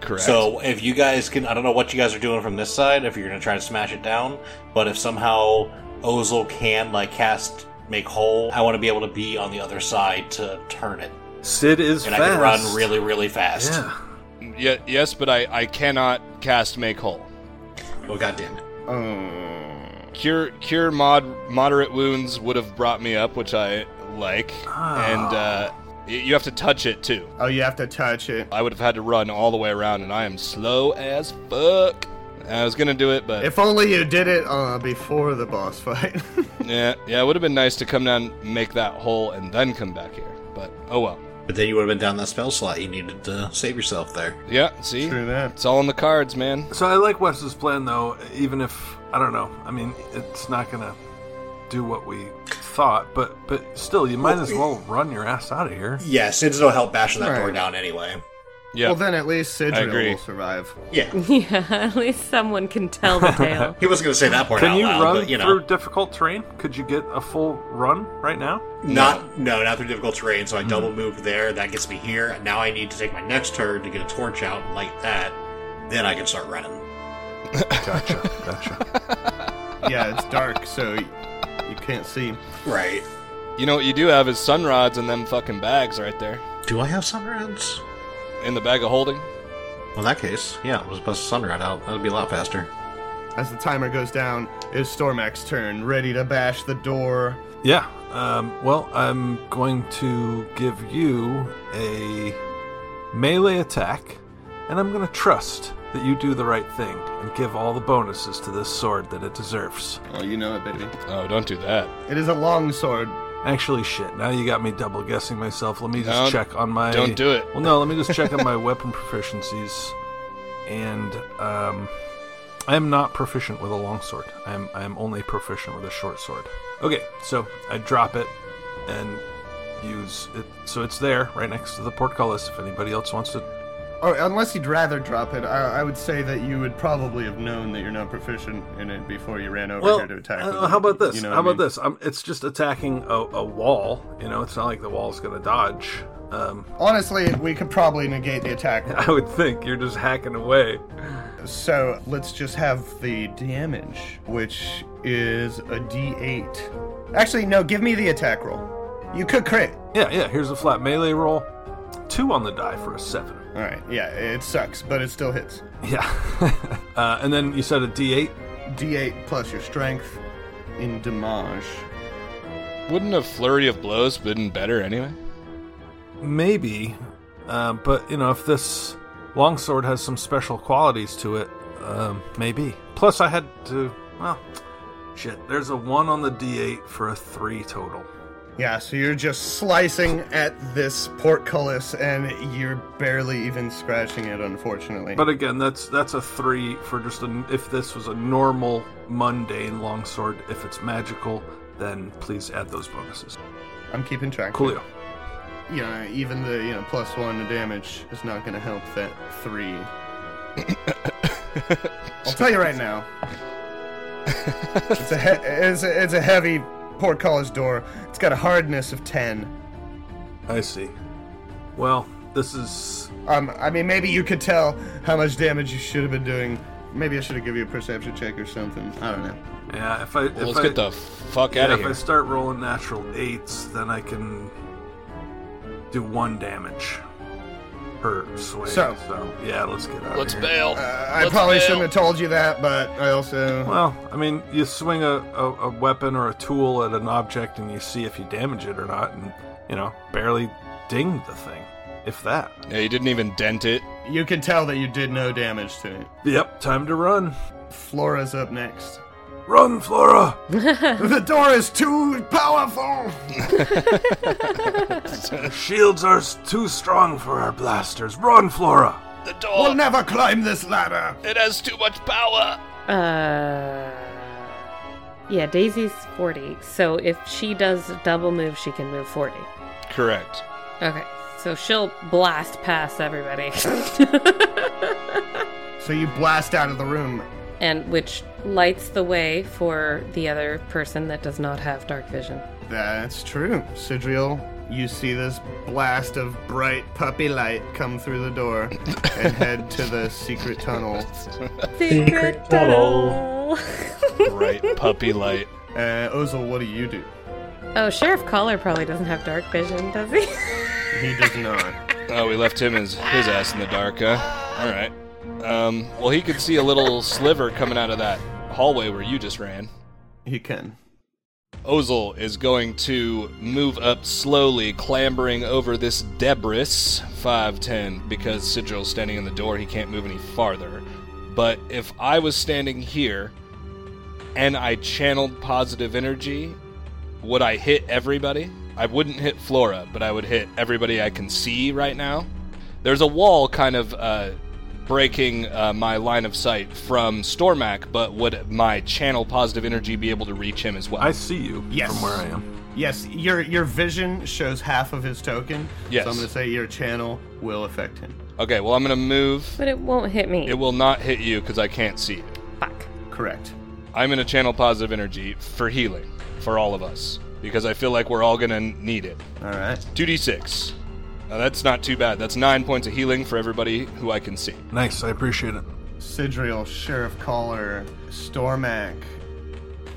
Correct.
So if you guys can, I don't know what you guys are doing from this side. If you're gonna try to smash it down, but if somehow Ozel can like cast make hole, I want to be able to be on the other side to turn it,
Sid is
and
fast.
I can run really, really fast.
Yeah.
Ye- yes, but I, I cannot cast make whole.
Well, Oh, goddamn it.
Um,
Cure cure mod moderate wounds would have brought me up, which I like,
Ah.
and uh, y- you have to touch it too.
oh, you have to touch it.
I would have had to run all the way around, and I am slow as fuck. I was gonna do it, but
If only you did it uh, before the boss fight.
yeah, yeah, it would have been nice to come down, make that hole, and then come back here. But oh well.
But then you would have been down that spell slot. You needed to save yourself there.
Yeah, see,
(laughs) True that.
it's all in the cards, man.
So I like Wes's plan though, even if I don't know. I mean, it's not gonna do what we thought, but but still, you might as well run your ass out of here.
Yes, it's no help bashing that door
Right.
down anyway.
Yeah,
Well, then at least
I agree.
Sidra will survive.
Yeah,
(laughs) Yeah, at least someone can tell the tale. (laughs)
he wasn't gonna say that part
Can
out
you
loud,
run
but you know,
through difficult terrain? Could you get a full run right now?
Not no, Hmm. not through difficult terrain. So I double moved there. That gets me here. Now I need to take my next turn to get a torch out and light that. Then I can start running.
Gotcha, gotcha.
Yeah, it's dark, so y- you can't see.
Right.
you know what you do have is sun rods and them fucking bags right there
Do I have sunrods?
in the bag of holding.
Well, in that case, yeah, let's bust a sunrod out. That'd be a lot faster.
As the timer goes down, it is Stormak's turn, ready to bash the door.
Yeah. Um, well, I'm going to give you a melee attack, and I'm going to trust that you do the right thing and give all the bonuses to this sword that it deserves.
Oh, you know it, baby.
Oh, don't do that.
It is a long sword.
Actually, shit. Now you got me double guessing myself. Let me just
Don't-
check on my.
don't do it.
Well, no. Let me just check on my (laughs) weapon proficiencies, and um, I am not proficient with a longsword. I am I am only proficient with a short sword. Okay, so I drop it and use it. So it's there, right next to the portcullis. If anybody else wants to,
Or Oh, unless you'd rather drop it, I, I would say that you would probably have known that you're not proficient in it before you ran over
well,
here to attack.
I don't
with
know,
it.
how about this?
You know
how
what I
about this? Um, it's just attacking a, a wall. You know, it's not like the wall's gonna dodge. Um, (laughs)
mean? Honestly, we could probably negate the attack.
I would think you're just hacking away.
So let's just have the damage, which is a d8. Actually, no, give me the attack roll. You could crit.
Yeah, yeah, here's a flat melee roll. Two on the die for a seven.
All right, yeah, it sucks, but it still hits.
Yeah. (laughs) uh, and then you said a d8.
d8 plus your strength in damage.
Wouldn't a flurry of blows been better anyway?
Maybe. Uh, but, you know, if this longsword has some special qualities to it, um, maybe. Plus, I had to. Well, shit. There's a one on the d8 for a three total.
Yeah, so you're just slicing at this portcullis and you're barely even scratching it, unfortunately.
But again, that's that's a three for just an. If this was a normal, mundane longsword, if it's magical, then please add those bonuses.
I'm keeping track.
Coolio.
Yeah, even the you know plus one to damage is not going to help that three. I'll tell you right now, it's a, he- it's a it's a heavy portcullis door. It's got a hardness of ten.
I see. Well, this is
Um, I mean, maybe you could tell how much damage you should have been doing. Maybe I should have given you a perception check or something. I don't know.
yeah. If I if
Well, let's
I,
get the fuck
yeah,
out of
if I
here.
start rolling natural eights, then I can do one damage per swing.
So-
yeah, let's get out.
Let's
of here.
bail.
Uh, I
Let's
probably
bail.
shouldn't have told you that, but I also
Well, I mean, you swing a, a, a weapon or a tool at an object and you see if you damage it or not, and you know, barely ding the thing, if that.
Yeah, you didn't even dent it.
you can tell that you did no damage to it.
Yep, time to run.
Flora's up next.
Run,
(laughs)
Flora.
the door is too powerful.
The shields are s- too strong for our blasters. Run, Flora.
The
We'll
door.
never climb this ladder.
it has too much power.
Uh, yeah, Daisy's 40. So if she does a double move, she can move 40.
Correct.
(laughs) Okay, so she'll blast past everybody.
So you blast out of the room.
and which lights the way for the other person that does not have dark vision.
That's true. Sidriel, you see this blast of bright puppy light come through the (laughs) door and head to the secret (laughs) tunnel.
Secret tunnel.
(laughs) Right, puppy light.
Uh, Ozil, what do you do?
oh, Sheriff Collar probably doesn't have dark vision, does he?
He does not.
Oh, we left him his his ass in the dark, huh? All right. Um, well, he could see a little sliver coming out of that hallway where you just ran.
He can.
Ozel is going to move up slowly, clambering over this debris, 5'10, because Sigil's standing in the door, he can't move any farther. But if I was standing here and I channeled positive energy, would I hit everybody? I wouldn't hit Flora, but I would hit everybody I can see right now. There's a wall kind of uh, breaking uh, my line of sight from Stormac, but would my channel positive energy be able to reach him as well?
I see you
Yes.
from where I am.
Yes, your your vision shows half of his token.
Yes.
So I'm gonna say your channel will affect him.
Okay, well, I'm going to move.
(laughs) but it won't hit me.
It will not hit you because I can't see it.
Fuck.
Correct.
I'm going to channel positive energy for healing for all of us because I feel like we're all going to need it.
All right.
2d6. Now, that's not too bad. That's nine points of healing for everybody who I can see.
Nice, I appreciate it.
Sidriel, Sheriff Caller, Stormac.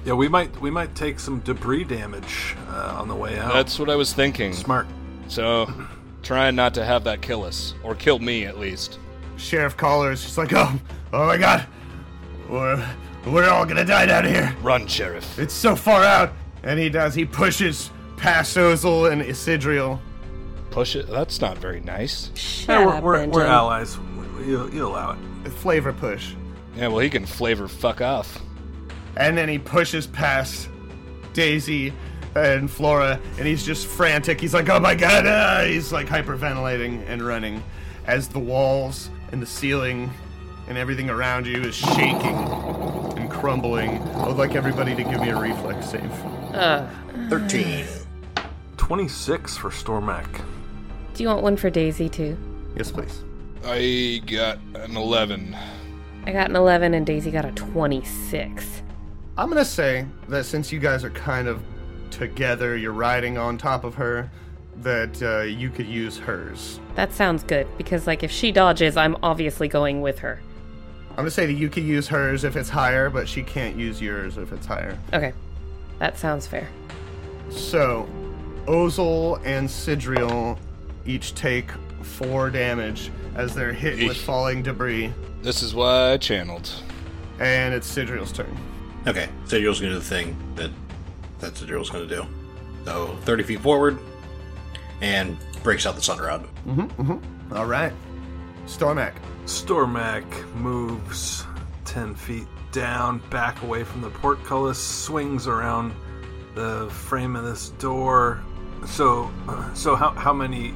Yeah, we might we might take some debris damage uh, on the way out.
That's what I was thinking.
smart.
So, trying not to have that kill us, or kill me at least.
Sheriff Caller is just like, oh, oh my God, we're we're all gonna die down here.
Run, Sheriff.
It's so far out. And he does. He pushes past Ozel and Isidriel.
Push it. That's not very nice.
Shut
Yeah,
up,
we're, we're, we're
Benjamin.
allies. We- You'll, you'll allow it.
Flavor push.
Yeah, well, he can flavor fuck off.
And then he pushes past Daisy and Flora, and he's just frantic. He's like, oh my god! ah!" He's like hyperventilating and running as the walls and the ceiling and everything around you is shaking and crumbling. I would like everybody to give me a reflex save.
13.
26 for Stormac.
Do you want one for Daisy too?
Yes, please.
I got an 11.
I got an 11 and Daisy got a 26.
I'm gonna say that since you guys are kind of together, you're riding on top of her, that uh, you could use hers.
That sounds good because like if she dodges, I'm obviously going with her.
I'm gonna say that you could use hers if it's higher, but she can't use yours if it's higher.
Okay. That sounds fair.
So, Ozel and Sidriel each take four damage as they're hit with
Eesh.
falling debris,
This is why I channeled.
and it's Sidriel's turn.
(sighs) Okay, so Daryl's gonna do the thing that that's what Daryl's gonna do. So thirty feet forward, and breaks out the sun rod.
All right, Stormac. (laughs)
Stormac moves 10 feet down, back away from the portcullis, swings around the frame of this door. So, so how, how many?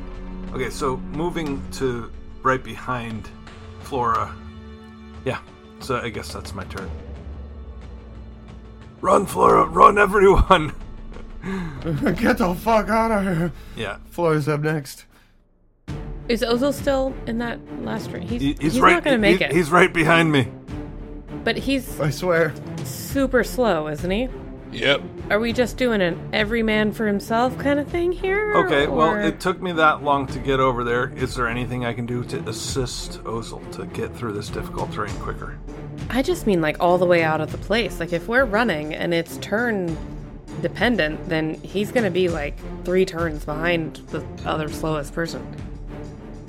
Okay, so moving to right behind Flora. Yeah, so I guess that's my turn. Run, Flora! Run, everyone! (laughs)
Get the fuck out of here.
Yeah,
Flora's up next.
Is Ozil still in that last room? He's,
he-
he's,
right.
not going to make
he-
it.
He's right behind me.
but he's
I swear.
super slow, isn't he?
Yep.
Are we just doing an every man for himself kind of thing here?
Okay, well,
or-
it took me that long to get over there. Is there anything I can do to assist Ozel to get through this difficult terrain quicker?
I just mean like all the way out of the place. Like if we're running and it's turn dependent, then he's going to be like three turns behind the other slowest person.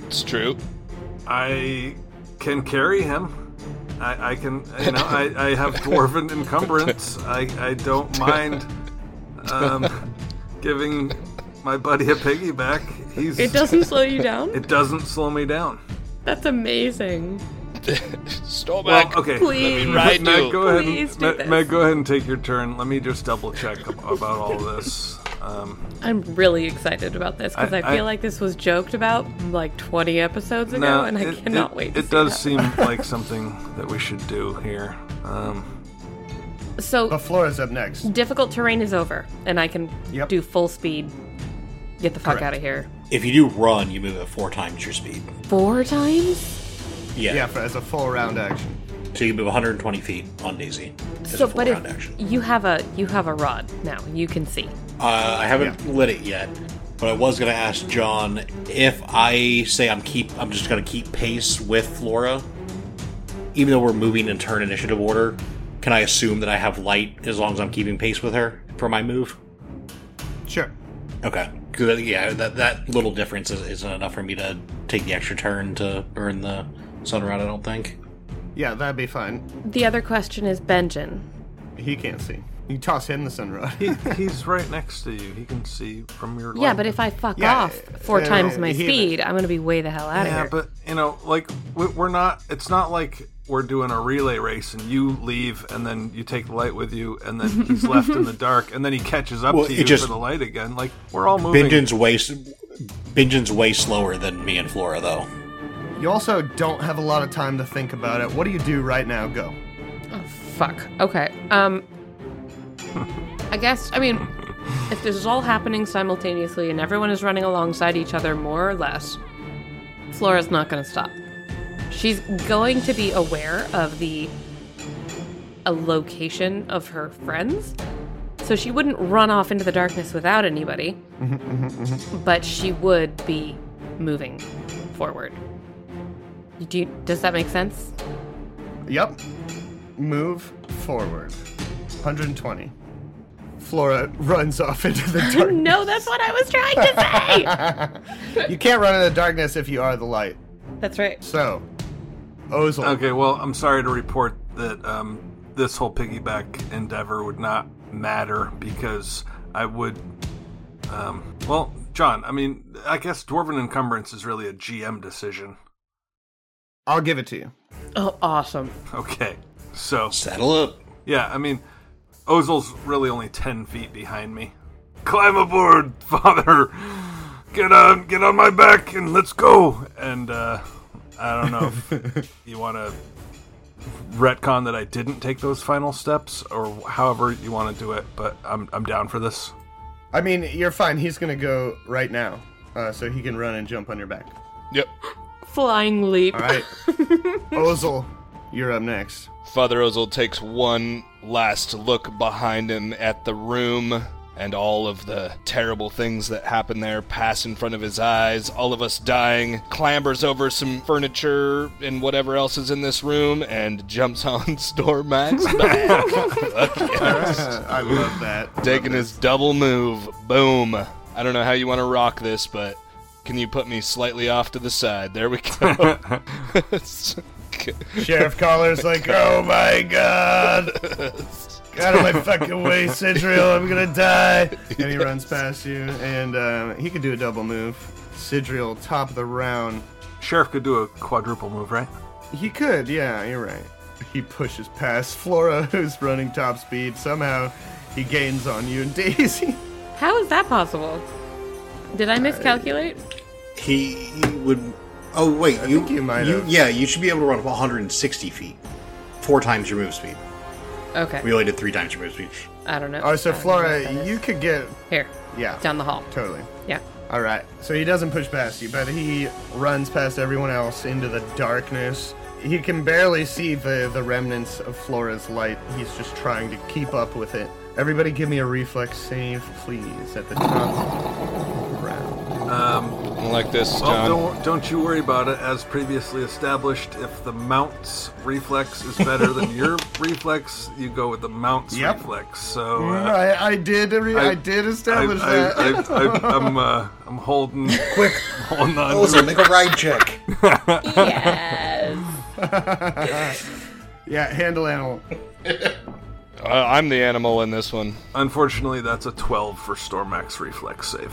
It's true.
I can carry him. I, I can, you know, I,
(laughs)
I have dwarven encumbrance. I, I don't mind um, giving my buddy a piggyback. He's
It doesn't slow you down?
it doesn't slow me down.
That's amazing.
Stormac.
Well, Oh, okay.
Please.
Right,
Matt,
dude.
go ahead.
Please
And,
do
Matt,
this.
Matt, go ahead and take your turn. Let me just double check ab- about all this. Um,
I'm really excited about this because
I-
I, feel
I-
like this was joked about like 20 episodes ago, and I cannot wait. To
it
see
does
that. (laughs)
seem like something that we should do here. Um,
But
so.
Flora's up next.
Difficult terrain is over, and I can
Yep.
do full speed. Get the fuck out of here.
If you do run, you move at four times your speed.
Four times?
Yeah.
Yeah, for, as a full round action.
So you can move 120 feet on Daisy. as
So,
a full
but if
round action.
you have a you have a rod now, you can see.
Uh, I haven't lit it yet, but I was going to ask John if I say I'm keep I'm just going to keep pace with Flora, even though we're moving in turn initiative order. Can I assume that I have light as long as I'm keeping pace with her for my move?
Sure.
Okay. 'Cause that- yeah, that that little difference is, isn't enough for me to take the extra turn to earn the sun round. I don't think.
Yeah, that'd be fine.
The other question is Benjin.
He can't see. You toss him the sunrod.
He, he's right next to you. He can see from your.
Yeah,
line.
but if I fuck
Yeah,
off four
yeah,
times my
he-
speed, I'm gonna be way the hell out of
Yeah,
here.
but you know, like we- we're not. It's not like we're doing a relay race and you leave and then you take the light with you and then he's
(laughs)
left in the dark and then he catches up
Well,
to
it
you
just-
for the light again. Like we're all moving.
Bindon's way s- Bindon's way slower than me and Flora though.
(laughs) You also don't have a lot of time to think about it. What do you do right now? Go.
Oh, fuck. Okay. Um. I guess. I mean, if this is all happening simultaneously and everyone is running alongside each other more or less, Flora's not gonna stop. She's going to be aware of the a location of her friends. So she wouldn't run off into the darkness without anybody, but she would be moving forward. Do you, does that make sense?
Yep. Move forward. 120. Flora runs off (laughs) into the dark.
No, that's what I was trying
(laughs)
to say.
you can't run into the darkness if you are the light.
that's right.
So, Ozel.
Okay, well, I'm sorry to report that um, this whole piggyback endeavor would not matter because I would. Um, well, John, I mean, I guess Dwarven Encumbrance is really a GM decision. (laughs)
I'll give it to you.
Oh, awesome.
Okay, so
Saddle up.
yeah, I mean, Ozel's really only 10 feet behind me. Climb aboard, (laughs) father! Get on, get on my back, and let's go! And, uh, I don't know if
(laughs)
you want to retcon that I didn't take those final steps, or however you want to do it, but I'm, I'm down for this.
I mean, you're fine. He's going to go right now. Uh, so he can run and jump on your back.
Yep.
Flying leap.
All right. Ozel, you're up next.
Father Ozel takes one last look behind him at the room and all of the terrible things that happen there pass in front of his eyes. All of us dying, clambers over some furniture and whatever else is in this room and jumps (laughs) on Stormax back. Fuck yes.
I love that.
Taking his double move. Boom. I don't know how you want to rock this, but can you put me slightly off to the side? There we go. (laughs)
Sheriff Collar's like, oh my god! Get out of my fucking way, Sidriel, I'm gonna die! And he runs past you, and um, he could do a double move. Sidriel, top of the round.
Sheriff could do a quadruple move, right?
He could, yeah, you're right. He pushes past Flora, (laughs) who's running top speed. Somehow, he gains on you (laughs) and Daisy.
How is that possible? Did I miscalculate?
He, would. Oh wait, you,
think you might have.
Yeah, you should be able to run up 160 feet, four times your move speed. We
Okay.
only did three times your move speed.
I don't know.
Alright, so
I don't know what that
Flora,
is.
you could get.
Here.
Yeah.
Down the hall.
Totally. (laughs)
Yeah.
All right. So he doesn't push past you, but he runs past everyone else into the darkness. He can barely see the, the remnants of Flora's light. He's just trying to keep up with it. Everybody give me a reflex save, please, at the top round.
like this,
Well,
John.
don't, don't you worry about it. As previously established, if the mount's reflex is better than your reflex, you go with the mount's
Yep.
reflex. So uh,
I, I did re- I,
I-
did
I,
establish that.
I, I, I, I'm, uh, I'm holding,
Quick,
holding on.
Ozel,
to it.
make a ride check.
Yes.
(laughs) yeah, handle animal.
Uh, I'm the animal in this one.
Unfortunately, that's a 12 for Stormax reflex save.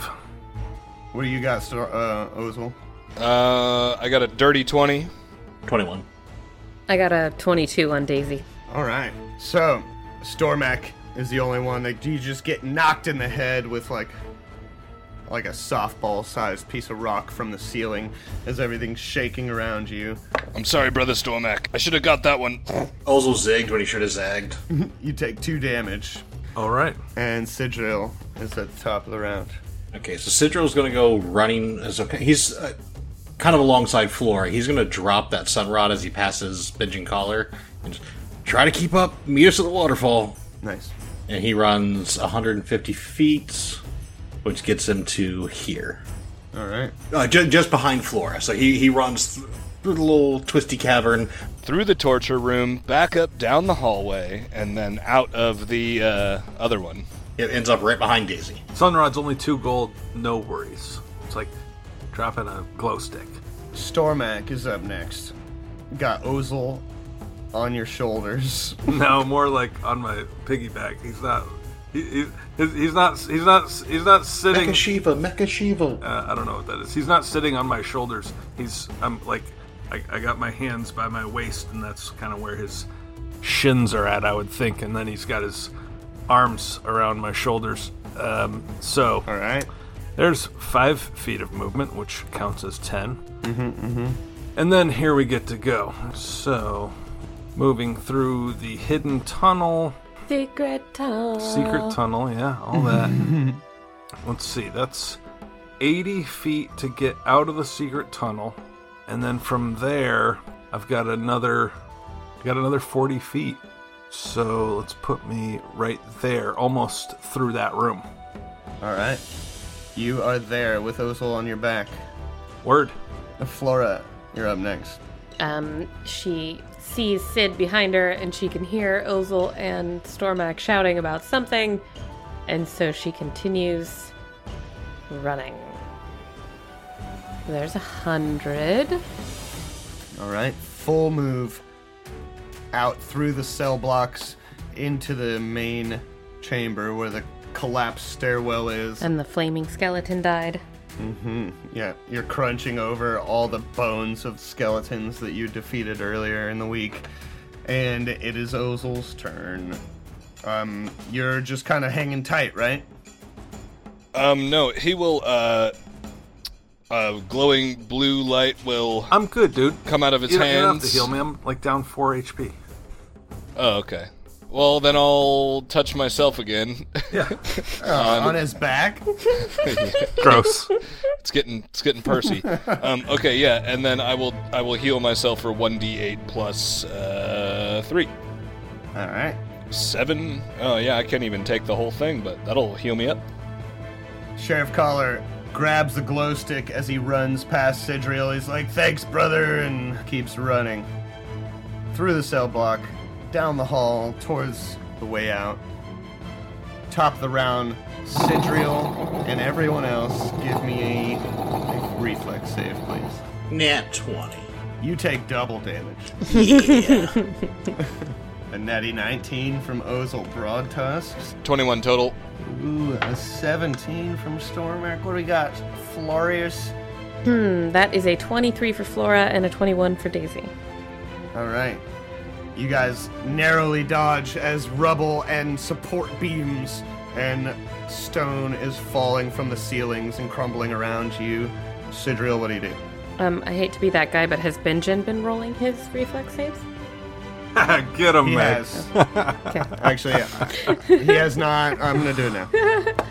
What do you got, Star- uh, Ozel?
Uh, I got a dirty 20.
21.
I got a 22 on Daisy.
All right. So, Stormac is the only one that you just get knocked in the head with like like a softball-sized piece of rock from the ceiling as everything's shaking around you.
I'm sorry, Brother Stormac. I should have got that one.
Ozel zigged when he should have zagged.
You take 2 damage
All right.
and Sidril is at the top of the round.
okay, so Sidril's going to go running as a. He's uh, kind of alongside Flora. He's going to drop that sun rod as he passes Benjamin Collar and just try to keep up. Meet us at the waterfall.
Nice.
And he runs 150 feet, which gets him to here.
All right.
Uh, ju- just behind Flora. So he, he runs th- through the little twisty cavern.
Through the torture room, back up down the hallway, and then out of the uh, other one.
It ends up right behind Daisy.
Sunrod's only two gold, no worries. It's like dropping a glow stick. (laughs)
Stormac is up next. Got Ozel on your shoulders. (laughs)
No, more like on my piggyback. He's not. He, he, he's he's not. He's not. He's not sitting.
Mecha Shiva, Mecha Shiva.
Uh, I don't know what that is. He's not sitting on my shoulders. He's. I'm like. I, I got my hands by my waist, and that's kind of where his shins are at, I would think. And then he's got his arms around my shoulders. Um, so
All right.
there's five feet of movement, which counts as 10 Mm-hmm, mm-hmm. And then here we get to go. So, moving through the hidden tunnel,
Secret tunnel.
secret
Oh.
tunnel, yeah, all that.
(laughs)
Let's see, that's 80 feet to get out of the secret tunnel, and then from there, I've got another, got another 40 feet. So let's put me right there, almost through that room.
All right. You are there with Ozel on your back.
Word.
Flora, you're up next.
Um, she sees Sid behind her, and she can hear Ozel and Stormak shouting about something, and so she continues running. There's a hundred.
All right. Full move out through the cell blocks into the main chamber where the collapsed stairwell is.
And the flaming skeleton died.
Yeah, you're crunching over all the bones of skeletons that you defeated earlier in the week. And it is Ozel's turn. Um, you're just kind of hanging tight, right?
Um, no, he will. Uh, uh, glowing blue light will
I'm good, dude.
come out of his
You don't, you don't have to
hands.
heal me. I'm like down 4 HP.
Oh, okay. Well, then I'll touch myself again. (laughs)
Yeah.
On his back?
(laughs) Gross. (laughs)
it's getting it's getting Percy. um, okay, yeah, and then I will I will heal myself for one d8 plus uh, three.
All right.
Seven. Oh yeah, I can't even take the whole thing, but that'll heal me up.
Sheriff Collar grabs the glow stick as he runs past Sidriel. He's like, thanks, brother, and keeps running. Through the cell block, down the hall, towards the way out. Top of the round, Sidriel and everyone else give me a, a reflex save, please.
Nat 20.
You take double damage. A natty 19 from Ozel Broadtusks.
Twenty-one total.
Ooh, a 17 from Stormac. What do we got? Florius.
Hmm, that is a 23 for Flora and a 21 for Daisy.
All right. You guys narrowly dodge as rubble and support beams and stone is falling from the ceilings and crumbling around you. Sidriel, what do you do?
Um, I hate to be that guy, but has Benjen been rolling his reflex saves?
get him,
He
man.
has.
Okay.
Actually, yeah. he has not. I'm going to do it now.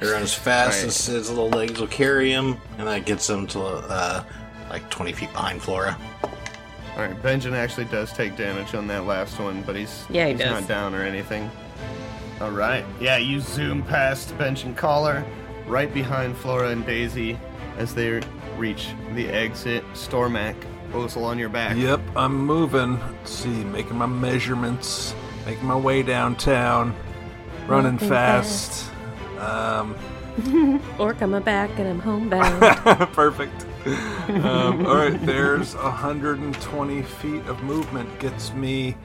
He runs fast
Right.
as his little legs will carry him, and that gets him to uh, like 20 feet behind Flora.
All right. Benjamin actually does take damage on that last one, but he's,
Yeah, he
he's
does.
not down or anything. All right. Yeah, you zoom past Bench and Collar, right behind Flora and Daisy as they reach the exit. Stormac, Ozel on your back.
Yep, I'm moving. Let's see, making my measurements, making my way downtown, running
Walking
fast. Um,
Or come on back and I'm
(laughs)
homebound.
perfect. Um, all right, there's 120 feet of movement. Gets me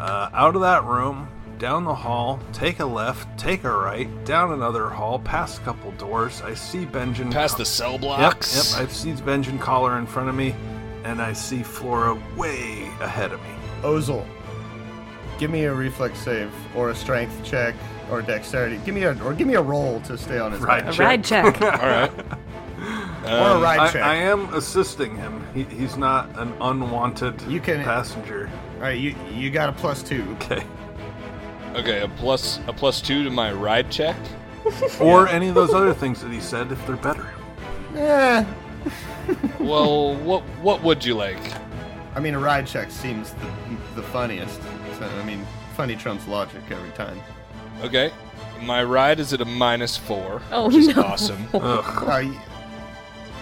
uh, out of that room, down the hall, take a left, take a right, down another hall, past a couple doors. I see Benjamin.
Past the cell
Yep,
blocks.
yep. I see Benjamin collar in front of me, and I see Flora way ahead of me.
Ozel, give me a reflex save or a strength check or dexterity. Give me a or give me a roll to stay on his
Right. Uh,
back.
a ride check.
All right.
Or a
Um,
ride
I,
check.
I am assisting him. He, he's not an unwanted
You can-
passenger.
All right, you you got a plus two.
(laughs) Okay.
Okay, a plus a plus two to my ride check.
Or any of those other things that he said if they're better.
Eh,
(laughs)
well, what what would you like?
I mean, a ride check seems the, the funniest. So, I mean, funny trumps logic every time.
Okay, my ride is at a minus four.
Oh,
which is
no.
awesome.
Uh, y-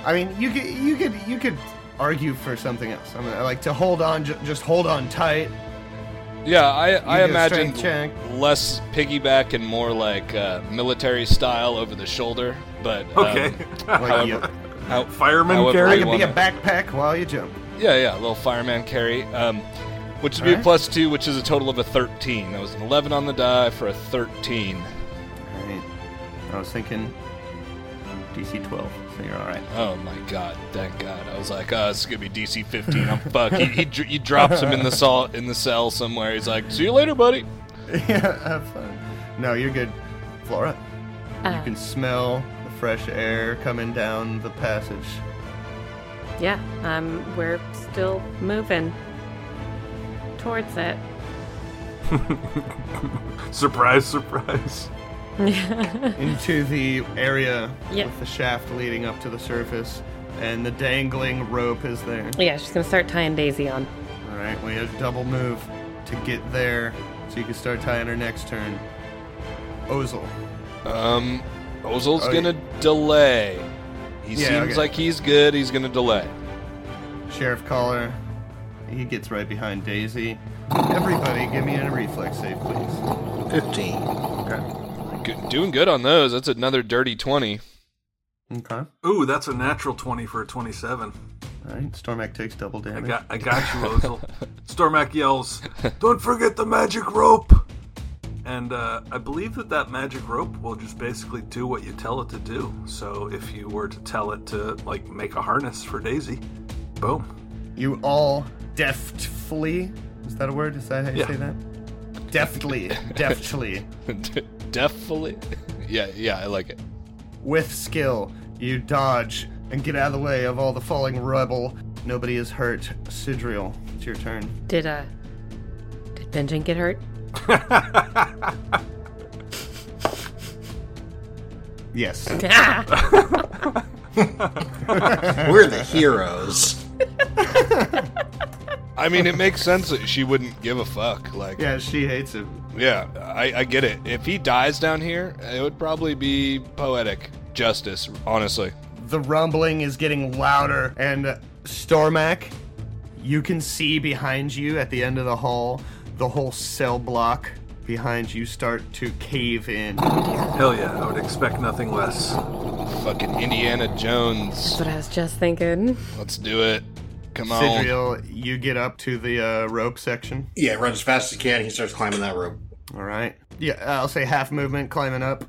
I mean, you could you could you could argue for something else. I mean, like to hold on, ju- just hold on tight.
Yeah, I I
get a
imagine
strength check.
less piggyback and more like uh, military style over the shoulder. But um,
Okay. (laughs)
Like you,
how-
Fireman
however
I
carry? I
you
could be a
wanna-
backpack while you jump.
Yeah, yeah, a little fireman carry. Um, which would be a
Alright.
plus two, which is a total of a 13. That was an 11 on the die for a 13.
Alright. I was thinking DC 12, so you're alright.
Oh my god, thank god. I was like, oh, it's gonna be DC 15. I'm fuck. He, he, dr- he drops him in the, sol- in the cell somewhere. He's like, see you later, buddy.
(laughs) yeah, have fun. No, you're good. Flora, you
Uh,
can smell the fresh air coming down the passage.
yeah, um, we're still moving towards it.
Surprise, surprise.
Into the area
Yeah.
with the shaft leading up to the surface, and the dangling rope is there.
Yeah, she's gonna start tying Daisy on.
Alright, we have double move to get there so you can start tying her next turn. Ozel.
Um, Ozil's
Oh,
gonna delay. He
Yeah,
seems
okay.
like he's good. He's gonna delay.
Sheriff Collar. He gets right behind Daisy. Everybody, give me a reflex save, please.
15.
Good, doing good on those. That's another dirty 20.
Okay.
Ooh, that's a natural 20 for a 27.
Alright, Stormak takes double
I
damage.
got, I got you, Ozel. Stormak yells, Don't forget the magic rope! And uh, I believe that that magic rope will just basically do what you tell it to do. So if you were to tell it to, like, make a harness for Daisy, boom.
You all deftly. Is that a word? Is that how you
Yeah.
say that? Deftly, deftly,
(laughs) Definitely. (laughs) Yeah, yeah, I like it.
with skill, you dodge and get out of the way of all the falling rubble. Nobody is hurt. Sidriel, it's your turn.
Did uh, did Benjamin get hurt?
Yes.
Ah!
We're the heroes.
I mean, it makes sense that she wouldn't give a fuck. Like,
yeah, she hates him.
Yeah, I, I get it. If he dies down here, it would probably be poetic justice, honestly.
The rumbling is getting louder, and uh, Stormak, you can see behind you at the end of the hall, the whole cell block behind you start to cave in.
Hell yeah, I would expect nothing less.
Fucking Indiana Jones.
That's what I was just thinking.
Let's do it. Come on.
Sidriel, you get up to the uh, rope section.
Yeah, run as fast as you can. He starts climbing that rope.
All right. Yeah, I'll say half movement climbing up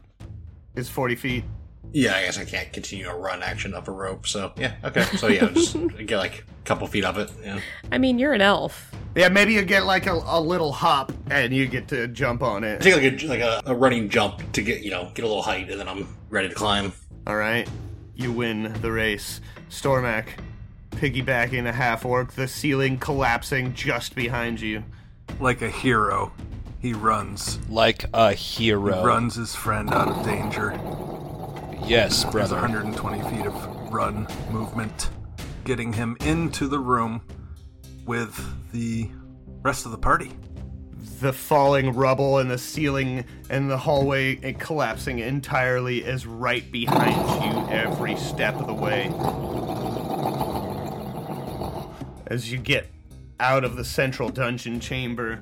is 40 feet.
Yeah, I guess I can't continue a run action up a rope. So yeah, okay. So yeah, just get like a couple feet of it. Yeah.
I mean, you're an elf.
Yeah, maybe you get like a, a little hop and you get to jump on
I
it.
take like a like a, a running jump to get you know get a little height, and then I'm ready to climb.
All right. You win the race. Stormak piggybacking a half orc, the ceiling collapsing just behind you.
Like a hero, he runs.
Like a
He
hero.
runs his friend out of danger.
Yes,
There's
brother.
120 feet of run movement, getting him into the room with the rest of the party.
The falling rubble and the ceiling and the hallway and collapsing entirely is right behind you every step of the way. As you get out of the central dungeon chamber,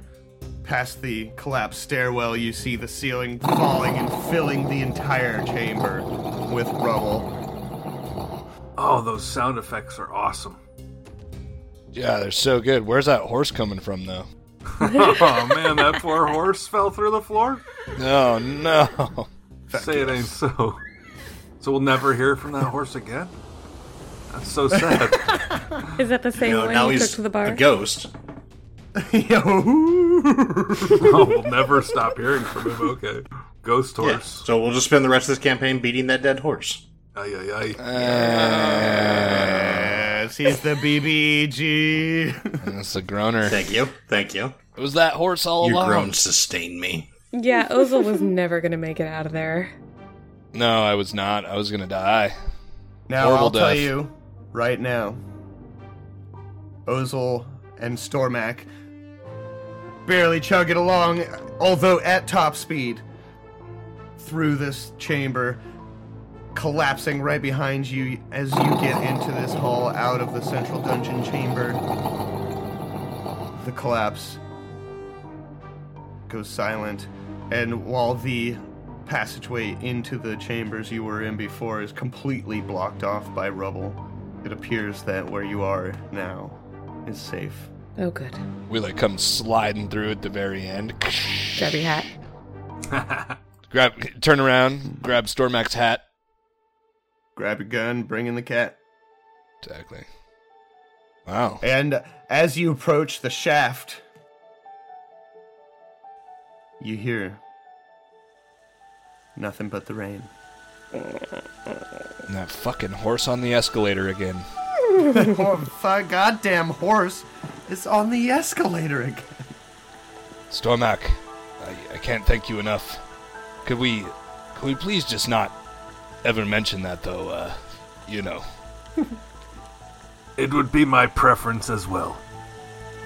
past the collapsed stairwell, you see the ceiling falling and filling the entire chamber with rubble. (laughs)
Oh, those sound effects are awesome.
Yeah, they're so good. Where's that horse coming from, though?
oh man, that poor horse fell through the floor.
No, Oh, no.
Say it ain't so. So we'll never hear from that horse again. That's so sad. (laughs)
Is that the same
You know,
one
now
you took
he's
to the bar?
a ghost.
Yo. (laughs)
oh, we'll never stop hearing from him. Okay, ghost
Yeah.
horse.
So we'll just spend the rest of this campaign beating that dead horse.
Ay, ay, ay.
yes, he's the (laughs) BBG.
That's a groaner.
Thank you, thank you.
Was that horse all
Your
along?
groans sustain me.
yeah, Ozel was never gonna make it out of there.
No, I was not. I was gonna die.
Now
Horrible
I'll tell
death.
you, right now. Ozel and Stormac barely chug it along, although at top speed, through this chamber, collapsing right behind you as you get into this hall out of the central dungeon chamber. The collapse goes silent, and while the passageway into the chambers you were in before is completely blocked off by rubble, it appears that where you are now is safe.
Oh, good.
We like come sliding through at the very end.
Grab your hat.
grab, turn around, grab Stormax's hat.
Grab your gun, bring in the cat.
Exactly. Wow.
And as you approach the shaft, you hear nothing but the rain.
And that fucking horse on the escalator again.
oh, the goddamn horse is on the escalator again.
Stormac, I, I can't thank you enough. Could we, could we please just not ever mention that though? Uh, you know.
It would be my preference as well.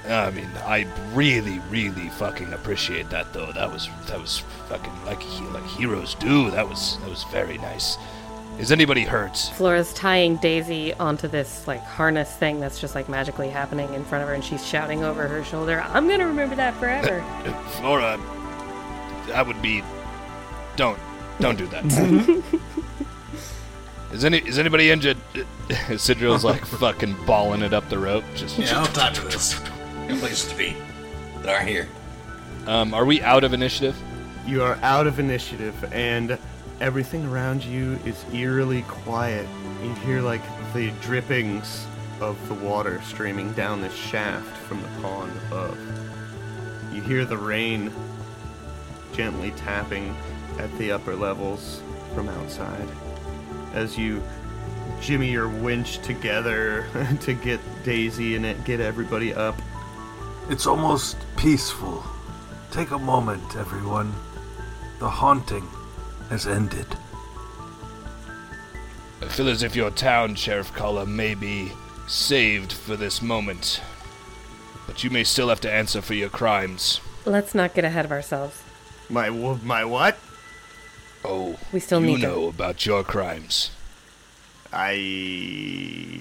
I mean, I really, really fucking appreciate that though. That was that was fucking like he- like heroes do. That was that was very nice. Is anybody hurt?
Flora's tying Daisy onto this like harness thing that's just like magically happening in front of her, and she's shouting over her shoulder, "I'm gonna remember that
(laughs)
forever."
Flora, that would be. Don't, don't do that. (laughs) is any is anybody injured? Sidril's (laughs) like fucking balling it up the rope. Just
Yeah, no time for this. Good places to be. They are here.
Um, are we out of initiative?
You are out of initiative, and everything around you is eerily quiet. You hear like the drippings of the water streaming down this shaft from the pond above. You hear the rain gently tapping at the upper levels from outside as you jimmy your winch together (laughs) to get Daisy and it, get everybody up.
It's almost peaceful. Take a moment, everyone. The haunting has ended.
I feel as if your town, Sheriff Kala, may be saved for this moment, but you may still have to answer for your crimes.
Let's not get ahead of ourselves.
My wo- my what?
Oh,
We still
you
need to-
know about your crimes.
I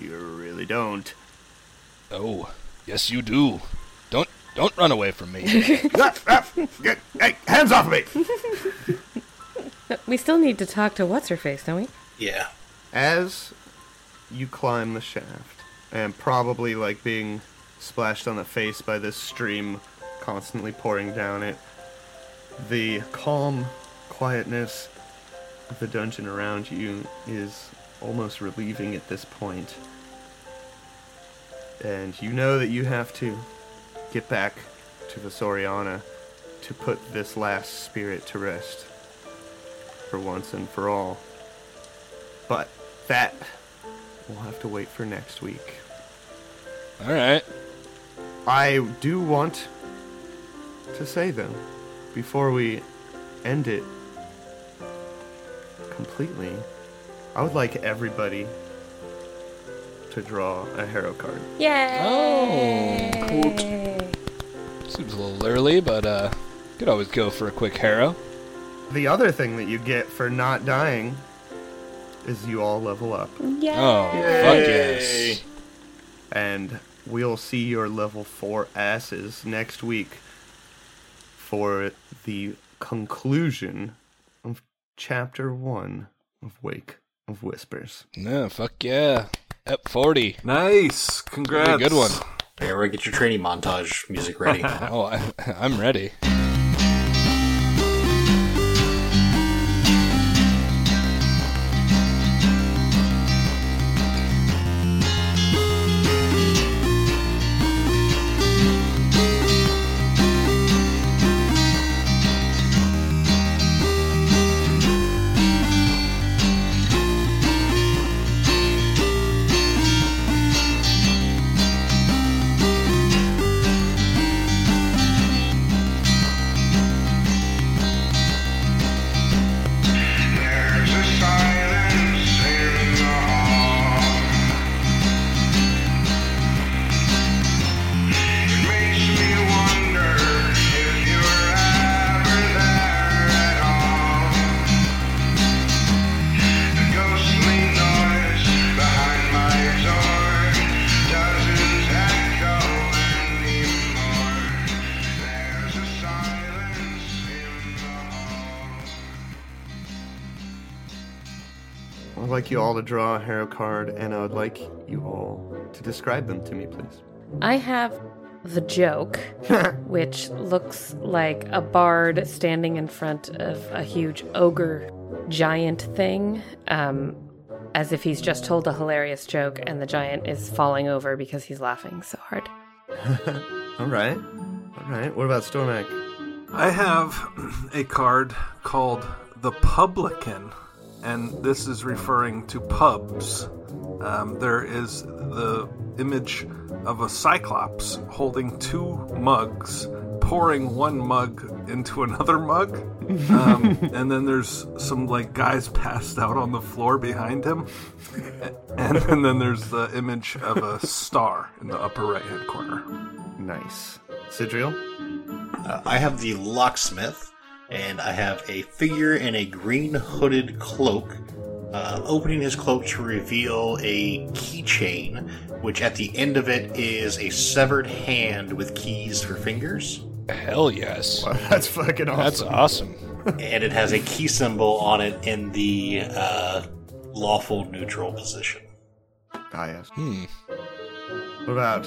really don't.
Oh, yes, you do. Don't don't run away
(laughs)
from me.
Ah, ah, get- hey, hands off me!
We still need to talk to what's her face, don't we?
Yeah.
As you climb the shaft, and probably like being splashed on the face by this stream constantly pouring down it, the calm quietness of the dungeon around you is almost relieving at this point. And you know that you have to get back to the Soriana to put this last spirit to rest for once and for all. But that we'll have to wait for next week.
All right.
I do want to say though, before we end it completely, I would like everybody to draw a hero card.
Oh, seems a little early, but uh, could always go for a quick harrow.
The other thing that you get for not dying is you all level up.
Oh, fuck yes.
and we'll see your level 4 asses next week for the conclusion of chapter 1 of Wake of Whispers.
No, fuck yeah. Up forty.
Nice. Congrats.
Really good one.
Here, we get your training montage music ready.
Oh, I, (laughs) I'm ready.
like you all to draw a hero card, and I would like you all to describe them to me, please.
I have the joke, which looks like a bard standing in front of a huge ogre giant thing, um, as if he's just told a hilarious joke and the giant is falling over because he's laughing so hard.
all right. All right. What about Stormac?
I have (clears throat) a card called The Publican, and this is referring to pubs. Um, there is the image of a cyclops holding two mugs, pouring one mug into (laughs) another mug. Um, and then there's some like guys passed out on the floor behind him. (laughs) And, and then there's the image of a star in the upper right hand corner.
Nice. Sidriel?
Uh, I have the locksmith, and I have a figure in a green hooded cloak (laughs) uh, opening his cloak to reveal a keychain, which at the end of it is a severed hand with keys for (laughs) fingers.
Hell yes.
Wow, (laughs) that's fucking awesome.
That's awesome.
and it has a key symbol on it in the uh, lawful neutral position.
Ah, yes.
Hmm.
What about.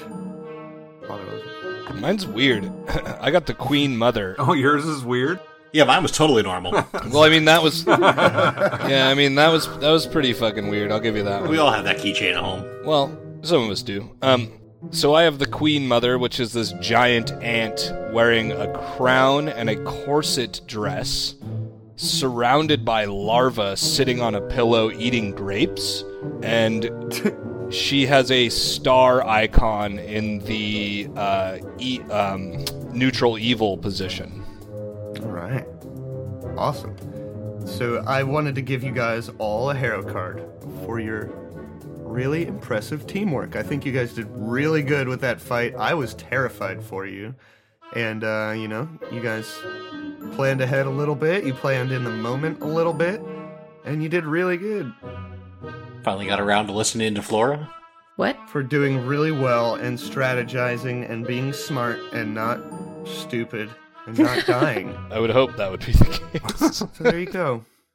Otto?
Mine's weird. (laughs) I got the Queen Mother.
Oh, yours is weird?
Yeah, mine was totally (laughs) normal.
Well, I mean that was. (laughs) yeah, I mean that was that was pretty fucking weird. I'll give you that.
we
One.
all have that keychain at home.
Well, some of us do. Um, so I have the Queen Mother, which is this giant ant wearing a crown and a corset dress, surrounded by larvae sitting on a pillow eating grapes, and she has a star icon in the uh, e- um, neutral evil position.
All right. Awesome. So I wanted to give you guys all a hero card for your really impressive teamwork. I think you guys did really good with that fight. I was terrified for you. And, uh, you know, you guys planned ahead a little bit, you planned in the moment a little bit, and you did really good
Finally got around to listening to Flora.
What?
for doing really well and strategizing and being smart and not stupid and not dying.
I would hope that would be the (laughs) case.
so there you go.